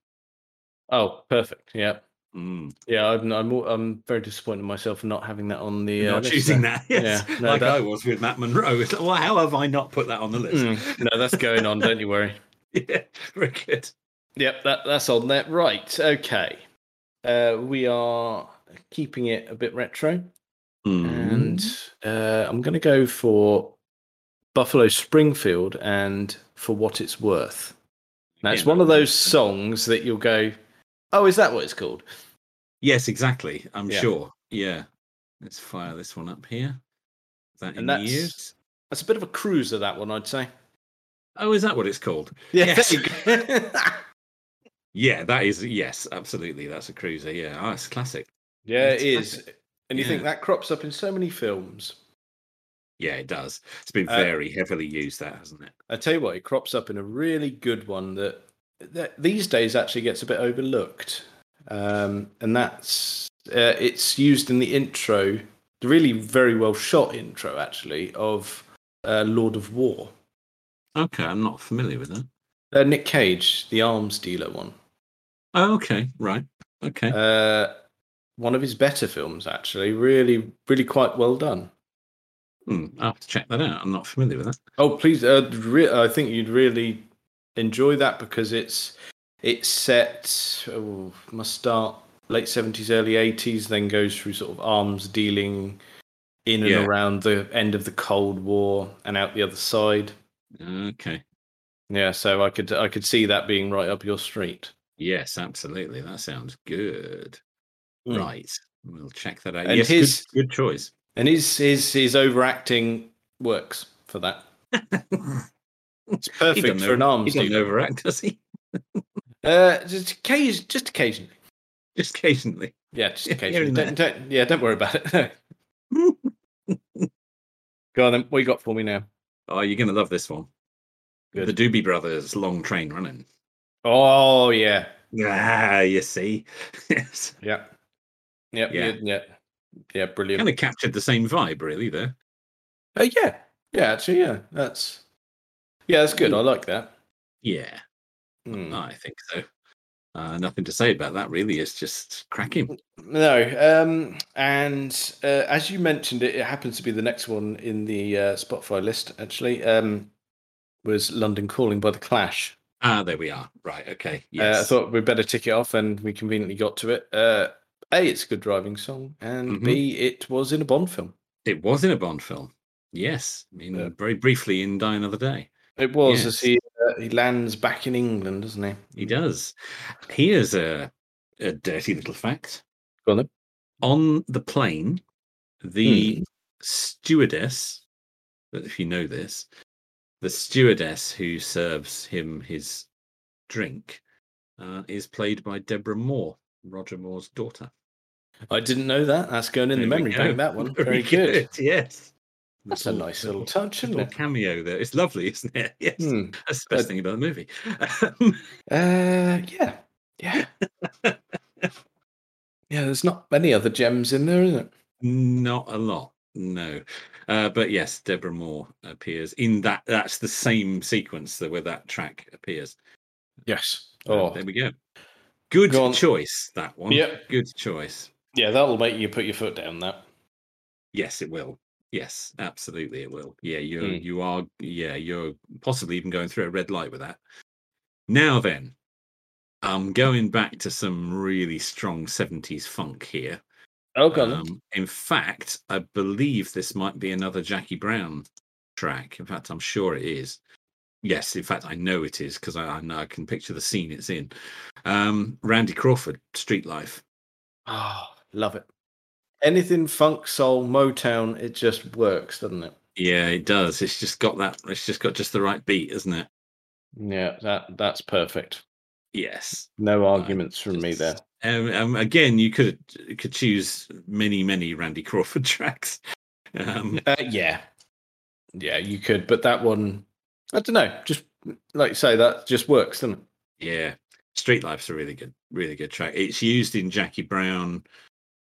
[SPEAKER 2] Oh, perfect. Yeah,
[SPEAKER 1] Mm.
[SPEAKER 2] yeah. I'm, I'm, all- I'm very disappointed in myf for not having that on the. uh,
[SPEAKER 1] Not
[SPEAKER 2] list
[SPEAKER 1] choosing
[SPEAKER 2] there.
[SPEAKER 1] that. Yes.
[SPEAKER 2] Yeah, no,
[SPEAKER 1] like
[SPEAKER 2] that-
[SPEAKER 1] I was with Matt Monroe. It's like, well, how have I not put that on the list?
[SPEAKER 2] Mm, no, that's going on. don't you worry.
[SPEAKER 1] yeah, very good.
[SPEAKER 2] Yep, that, that's on there. Right. Okay. Uh, we are keeping it a bit retro. and
[SPEAKER 1] Mm.
[SPEAKER 2] uh, I'm going to go for Buffalo Springfield and for what it's worth. Now, it's
[SPEAKER 1] Yeah,
[SPEAKER 2] one of
[SPEAKER 1] that
[SPEAKER 2] those
[SPEAKER 1] makes sense.
[SPEAKER 2] songs that you'll go, "Oh, is that what it's called?"
[SPEAKER 1] yes, exactly. I'm
[SPEAKER 2] Yeah.
[SPEAKER 1] sure. Yeah. Let's fire this one up here. Is that in
[SPEAKER 2] And that's-
[SPEAKER 1] use?
[SPEAKER 2] That's a bit of a cruiser, that one, I'd say.
[SPEAKER 1] Oh, is that what it's called?
[SPEAKER 2] Yeah,
[SPEAKER 1] Yes.
[SPEAKER 2] there you go.
[SPEAKER 1] Yeah, that is. Yes, absolutely. That's a cruiser. Yeah, oh, it's classic.
[SPEAKER 2] yeah, it
[SPEAKER 1] It's
[SPEAKER 2] is. And you think that crops up in so many films.
[SPEAKER 1] Yeah, it does. It's been
[SPEAKER 2] Uh,
[SPEAKER 1] very heavily used, that hasn't it?
[SPEAKER 2] I tell you what, it crops up in a really good one that, that these days actually gets a bit overlooked, um, and that's uh, it's used in the intro, the really very well shot intro actually of uh, Lord of War.
[SPEAKER 1] Okay, I'm not familiar with that.
[SPEAKER 2] Uh, Nick Cage, the arms dealer one,
[SPEAKER 1] Oh, okay, right. Okay.
[SPEAKER 2] uh, one of his better films actually, really really quite well done.
[SPEAKER 1] Hmm, I'll have to check that out. I'm not familiar with that.
[SPEAKER 2] Oh, please! Uh, re- I think you'd really enjoy that because it's it's set oh, must start late seventies, early eighties, then goes through sort of arms dealing in and
[SPEAKER 1] Yeah.
[SPEAKER 2] around the end of the Cold War and out the other side.
[SPEAKER 1] Okay.
[SPEAKER 2] Yeah, so I could I could see that being right up your street.
[SPEAKER 1] Yes, absolutely. That sounds good.
[SPEAKER 2] Mm.
[SPEAKER 1] Right. We'll check that out.
[SPEAKER 2] And
[SPEAKER 1] yes, good-
[SPEAKER 2] his-
[SPEAKER 1] good choice.
[SPEAKER 2] And his his his overacting works for that. It's
[SPEAKER 1] He
[SPEAKER 2] perfect
[SPEAKER 1] doesn't
[SPEAKER 2] for an
[SPEAKER 1] over-
[SPEAKER 2] arms
[SPEAKER 1] He doesn't
[SPEAKER 2] dealer.
[SPEAKER 1] overact, does he?
[SPEAKER 2] Uh, just occasion, just occasionally.
[SPEAKER 1] Just occasionally.
[SPEAKER 2] Yeah, just
[SPEAKER 1] Yeah, here
[SPEAKER 2] occasionally.
[SPEAKER 1] and
[SPEAKER 2] Don't, don't, yeah, don't worry about it.
[SPEAKER 1] Hmm.
[SPEAKER 2] Go on then. What you got for me now?
[SPEAKER 1] Oh, you're going to love this one.
[SPEAKER 2] Good.
[SPEAKER 1] The Doobie Brothers, long train running.
[SPEAKER 2] Oh yeah,
[SPEAKER 1] Ah, you see. yes.
[SPEAKER 2] yeah, yeah,
[SPEAKER 1] Yeah.
[SPEAKER 2] yeah, yeah, yeah. Brilliant.
[SPEAKER 1] Kind of captured the same vibe, really, there.
[SPEAKER 2] Uh, yeah, yeah. Actually, yeah. That's yeah, that's good. I like that.
[SPEAKER 1] Yeah,
[SPEAKER 2] Hmm.
[SPEAKER 1] Mm. I think so. Uh, nothing to say about that, really. It's just cracking.
[SPEAKER 2] No, um, and uh, as you mentioned, it, it happens to be the next one in the uh, Spotify list. Actually, um, was London Calling by the Clash.
[SPEAKER 1] Ah, there we are. Right. Okay.
[SPEAKER 2] Uh, I
[SPEAKER 1] Yes.
[SPEAKER 2] thought we'd better tick it off, and we conveniently got to it. Uh, a, it's a good driving song, and
[SPEAKER 1] Mhm.
[SPEAKER 2] B, it was in a Bond film.
[SPEAKER 1] it was in a Bond film. Yes. In,
[SPEAKER 2] Yeah.
[SPEAKER 1] Very briefly in Die Another Day.
[SPEAKER 2] It was
[SPEAKER 1] Yes.
[SPEAKER 2] as he uh, he lands back in England, doesn't he?
[SPEAKER 1] He does. Here's a, a dirty little fact.
[SPEAKER 2] Go on then. Hmm.
[SPEAKER 1] On the plane, the stewardess, but if you know this, the stewardess who serves him his drink uh, is played by Deborah Moore, Roger Moore's daughter.
[SPEAKER 2] I didn't know that. That's going in the
[SPEAKER 1] There we
[SPEAKER 2] memory
[SPEAKER 1] go.
[SPEAKER 2] bank. That one, very good.
[SPEAKER 1] Yes.
[SPEAKER 2] That's a nice little touch, isn't
[SPEAKER 1] little
[SPEAKER 2] it?
[SPEAKER 1] cameo there. It's lovely, isn't it? Yes.
[SPEAKER 2] Hmm.
[SPEAKER 1] That's the best
[SPEAKER 2] Uh,
[SPEAKER 1] thing about the movie. Um,
[SPEAKER 2] Uh, yeah, yeah, yeah. There's not many other gems in there, is it?
[SPEAKER 1] Not a lot, no. Uh, but yes, Deborah Moore appears in that. That's the same sequence that where that track appears.
[SPEAKER 2] Yes.
[SPEAKER 1] Uh,
[SPEAKER 2] Oh,
[SPEAKER 1] there we go. Good
[SPEAKER 2] Go on.
[SPEAKER 1] choice, that one.
[SPEAKER 2] Yep.
[SPEAKER 1] Good choice.
[SPEAKER 2] yeah. That'll make you put your foot down. That.
[SPEAKER 1] Yes, it will. Yes, absolutely, it will. Yeah, you are
[SPEAKER 2] Mm.
[SPEAKER 1] you are. Yeah, you're possibly even going through a red light with that. Now then, I'm going back to some really strong '70s funk here.
[SPEAKER 2] Oh, God.
[SPEAKER 1] Um, in fact, I believe this might be another Jackie Brown track. In fact, I'm sure it is. Yes, in fact, I know it is because I, I know I can picture the scene it's in. Um, Randy Crawford, Street Life.
[SPEAKER 2] oh, love it. Anything funk, soul, Motown, it just works, doesn't it?
[SPEAKER 1] Yeah, it does. It's just got that. It's just got just the right beat, isn't it?
[SPEAKER 2] Yeah, that that's perfect.
[SPEAKER 1] Yes.
[SPEAKER 2] No arguments from me
[SPEAKER 1] Just-
[SPEAKER 2] there.
[SPEAKER 1] Um, um, again, you could could choose many, many Randy Crawford tracks. Um,
[SPEAKER 2] Uh, yeah, yeah, you could, but that one, I don't know. Just like you say, that just works, doesn't it?
[SPEAKER 1] Yeah, Street Life's a really good, really good track. It's used in Jackie Brown,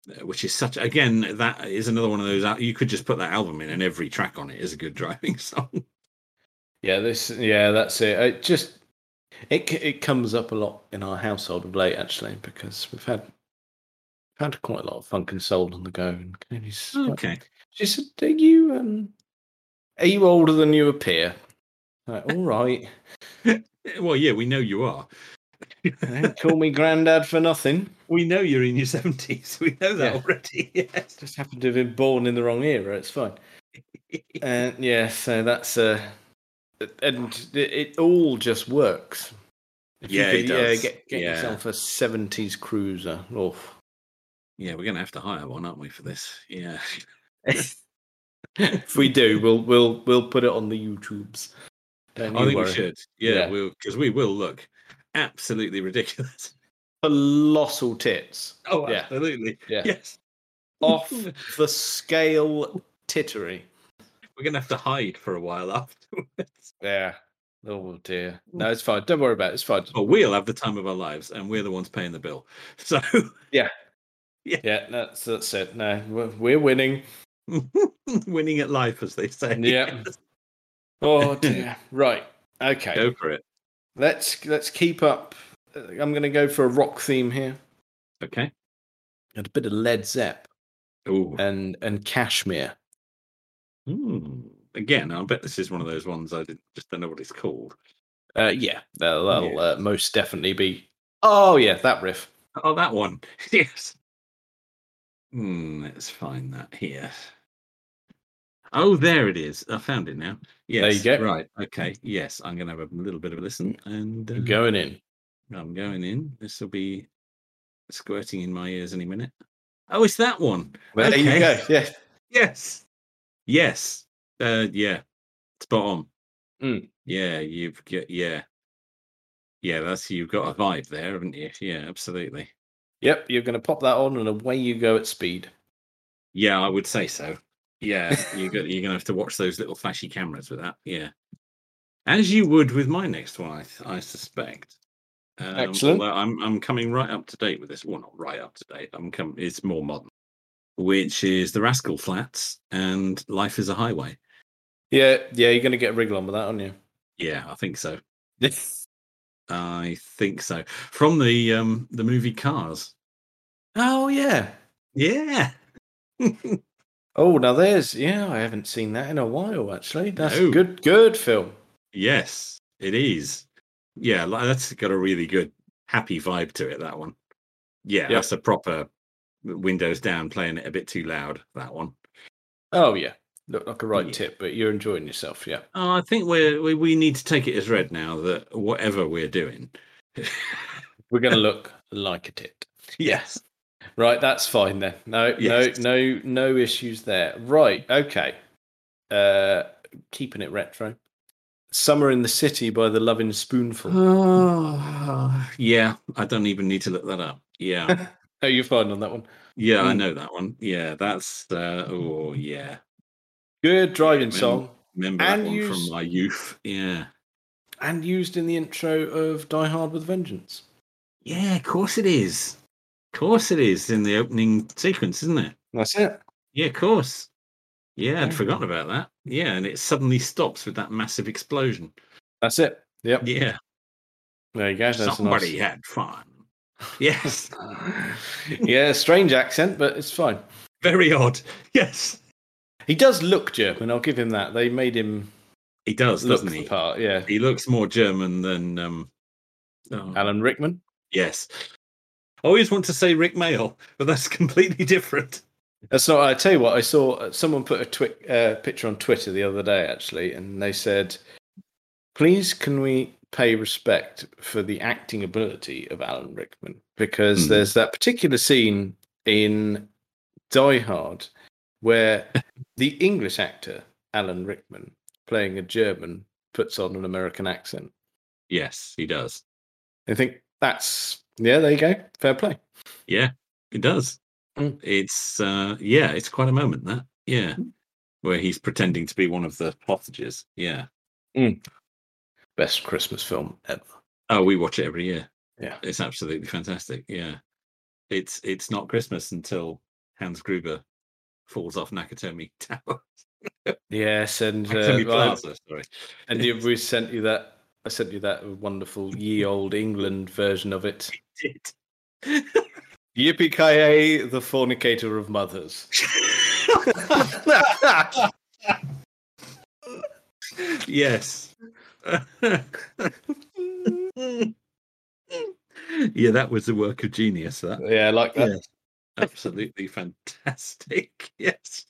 [SPEAKER 1] uh, which is such again that is another one of those. al- You could just put that album in, and every track on it is a good driving song.
[SPEAKER 2] Yeah, this. Yeah, that's it. It just it c- it comes up a lot in our household of late, actually, because we've had had quite a lot of funk and soul on the go. And Katie's like-
[SPEAKER 1] Okay,
[SPEAKER 2] she said, "Are you um, are you older than you appear?" Like, all right,
[SPEAKER 1] well, yeah, we know you are.
[SPEAKER 2] don't call me granddad for nothing.
[SPEAKER 1] We know you're in your seventies. We know that
[SPEAKER 2] Yeah.
[SPEAKER 1] already. Yes.
[SPEAKER 2] Just happened to have been born in the wrong era. It's fine. Uh, yeah, so that's uh, and it, it all just works. If you
[SPEAKER 1] Yeah, it
[SPEAKER 2] could,
[SPEAKER 1] does.
[SPEAKER 2] Yeah, get get
[SPEAKER 1] uh, Yeah.
[SPEAKER 2] yourself a seventies cruiser. Oh, Oof.
[SPEAKER 1] Yeah, we're gonna have to hire one, aren't we, for this? Yeah.
[SPEAKER 2] if we do, we'll we'll we'll put it on the YouTubes. Don't
[SPEAKER 1] I
[SPEAKER 2] you
[SPEAKER 1] think
[SPEAKER 2] worry.
[SPEAKER 1] we should. Yeah,
[SPEAKER 2] Yeah.
[SPEAKER 1] we'll because we will look absolutely ridiculous.
[SPEAKER 2] Colossal tits
[SPEAKER 1] Oh,
[SPEAKER 2] Yeah.
[SPEAKER 1] absolutely.
[SPEAKER 2] Yeah.
[SPEAKER 1] Yes.
[SPEAKER 2] off the scale tittery.
[SPEAKER 1] We're gonna have to hide for a while afterwards.
[SPEAKER 2] Yeah. Oh dear. No, it's fine. Don't worry about it. It's fine.
[SPEAKER 1] Well, we'll have the time of our lives, and we're the ones paying the bill. So,
[SPEAKER 2] Yeah, that's that's it. No, we're, we're winning.
[SPEAKER 1] winning at life, as they say.
[SPEAKER 2] Yeah. Oh dear. Right. Okay.
[SPEAKER 1] Go for it.
[SPEAKER 2] Let's let's keep up. Uh, I'm going to go for a rock theme here
[SPEAKER 1] Okay.
[SPEAKER 2] and a bit of Led Zepp
[SPEAKER 1] Ooh.
[SPEAKER 2] and and Kashmir.
[SPEAKER 1] Hmm. Again, I bet this is one of those ones I didn't, just don't know what it's called.
[SPEAKER 2] Uh, yeah, that'll, that'll
[SPEAKER 1] Yeah.
[SPEAKER 2] Uh, most definitely be. Oh yeah, that riff.
[SPEAKER 1] Oh, that one. yes. Hmm. Let's find that here. Oh, there it is. I found it now. Yes.
[SPEAKER 2] There you go.
[SPEAKER 1] Right. Okay. Yes, I'm going to have a little bit of a listen, and uh,
[SPEAKER 2] Going in.
[SPEAKER 1] I'm going in. This will be squirting in my ears any minute. Oh, it's that one.
[SPEAKER 2] Well, There you
[SPEAKER 1] Okay.
[SPEAKER 2] go. Yeah.
[SPEAKER 1] Yes. Yes. Uh, yeah. Spot on.
[SPEAKER 2] Mm.
[SPEAKER 1] Yeah, you've got yeah. Yeah, that's you've got a vibe there, haven't you? Yeah, absolutely.
[SPEAKER 2] Yep. You're going to pop that on, and away you go at speed.
[SPEAKER 1] Yeah, I would say so. Yeah, you got you're gonna have to watch those little flashy cameras with that. Yeah, as you would with my next one, I, th- I suspect. Um,
[SPEAKER 2] Excellent.
[SPEAKER 1] although I'm I'm coming right up to date with this. Well, not right up to date. I'm coming. It's more modern, which is the Rascal Flats and Life is a Highway.
[SPEAKER 2] Yeah. Yeah. You're going to get a wriggle on with that, aren't you?
[SPEAKER 1] Yeah, I think so. I think so. From the um the movie Cars.
[SPEAKER 2] oh yeah.
[SPEAKER 1] Yeah.
[SPEAKER 2] Oh, now there's yeah. I haven't seen that in a while. Actually, that's
[SPEAKER 1] No.
[SPEAKER 2] a good. Good film.
[SPEAKER 1] Yes, it is. Yeah, li- that's got a really good happy vibe to it. That one. Yeah,
[SPEAKER 2] Yeah.
[SPEAKER 1] that's a proper w- windows down, playing it a bit too loud. That one.
[SPEAKER 2] Oh yeah. Look like a right
[SPEAKER 1] Yeah.
[SPEAKER 2] tip, but you're enjoying yourself. Yeah.
[SPEAKER 1] Oh, I think we're, we we need to take it as read now that whatever we're doing.
[SPEAKER 2] We're going to look like a tit.
[SPEAKER 1] yes.
[SPEAKER 2] Right, that's fine then. No,
[SPEAKER 1] Yes.
[SPEAKER 2] no, no, no issues there. Right, okay. Uh, keeping it retro. Summer in the City by the Loving Spoonful.
[SPEAKER 1] Oh, yeah. I don't even need to look that up. Yeah.
[SPEAKER 2] Oh, you're fine on that one.
[SPEAKER 1] Yeah, I
[SPEAKER 2] Mm.
[SPEAKER 1] know that one. Yeah, that's uh oh yeah.
[SPEAKER 2] Good driving
[SPEAKER 1] Mm.
[SPEAKER 2] song,
[SPEAKER 1] Remember that
[SPEAKER 2] And
[SPEAKER 1] one
[SPEAKER 2] use-
[SPEAKER 1] from my youth. Yeah.
[SPEAKER 2] and used in the intro of Die Hard with Vengeance.
[SPEAKER 1] Yeah, of course it is. Of course it is in the opening sequence, isn't it?
[SPEAKER 2] That's it.
[SPEAKER 1] Yeah, of course. Yeah, I'd
[SPEAKER 2] Yeah.
[SPEAKER 1] forgotten about that. Yeah, and it suddenly stops with that massive explosion.
[SPEAKER 2] That's it. Yep.
[SPEAKER 1] Yeah.
[SPEAKER 2] There you go. That's a nice-
[SPEAKER 1] Somebody had fun. Yes.
[SPEAKER 2] yeah, strange accent, but it's fine.
[SPEAKER 1] Very odd. Yes.
[SPEAKER 2] He does look German. I'll give him that. They made him
[SPEAKER 1] He does,
[SPEAKER 2] look
[SPEAKER 1] doesn't
[SPEAKER 2] the
[SPEAKER 1] he?
[SPEAKER 2] part. Yeah.
[SPEAKER 1] He looks more German than um oh,
[SPEAKER 2] Alan Rickman.
[SPEAKER 1] yes. I always want to say Rick Mail, but that's completely different.
[SPEAKER 2] That's not. I tell you what. I saw uh, someone put a twi- uh, picture on Twitter the other day, actually, and they said, "Please, can we pay respect for the acting ability of Alan Rickman? Because
[SPEAKER 1] Hmm.
[SPEAKER 2] there's that particular scene in Die Hard where the English actor Alan Rickman, playing a German, puts on an American accent.
[SPEAKER 1] Yes, he does.
[SPEAKER 2] I think that's yeah. There you go. Fair play.
[SPEAKER 1] It does.
[SPEAKER 2] Mm.
[SPEAKER 1] It's uh yeah, it's quite a moment that. Yeah. Where he's pretending to be one of the hostages. Yeah.
[SPEAKER 2] Best Christmas film ever.
[SPEAKER 1] Oh, we watch it every year.
[SPEAKER 2] Yeah.
[SPEAKER 1] It's absolutely fantastic. Yeah. It's it's not Christmas until Hans Gruber falls off Nakatomi Tower.
[SPEAKER 2] Yes, and uh,
[SPEAKER 1] Nakatomi
[SPEAKER 2] well, I-
[SPEAKER 1] Plaza, sorry.
[SPEAKER 2] And you, we sent you that. I sent you that wonderful ye old England version of it. Yippee ki the fornicator of mothers.
[SPEAKER 1] yes. yeah, that was a work of genius that.
[SPEAKER 2] yeah, I like that.
[SPEAKER 1] Yes. Absolutely fantastic. Yes.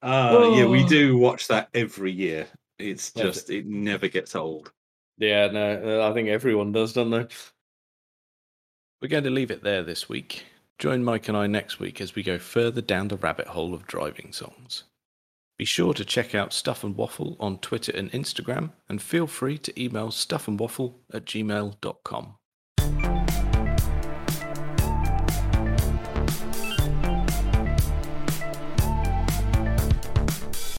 [SPEAKER 1] Uh, yeah, we
[SPEAKER 2] Oh.
[SPEAKER 1] do watch that every year. It's
[SPEAKER 2] Love it.
[SPEAKER 1] just, it never gets old.
[SPEAKER 2] Yeah, no, uh, I think everyone does, don't they? We're going to leave it there this week. Join Mike and I next week as we go further down the rabbit hole of driving songs. Be sure to check out Stuff and Waffle on Twitter and Instagram, and feel free to email stuffandwaffle at gmail.com.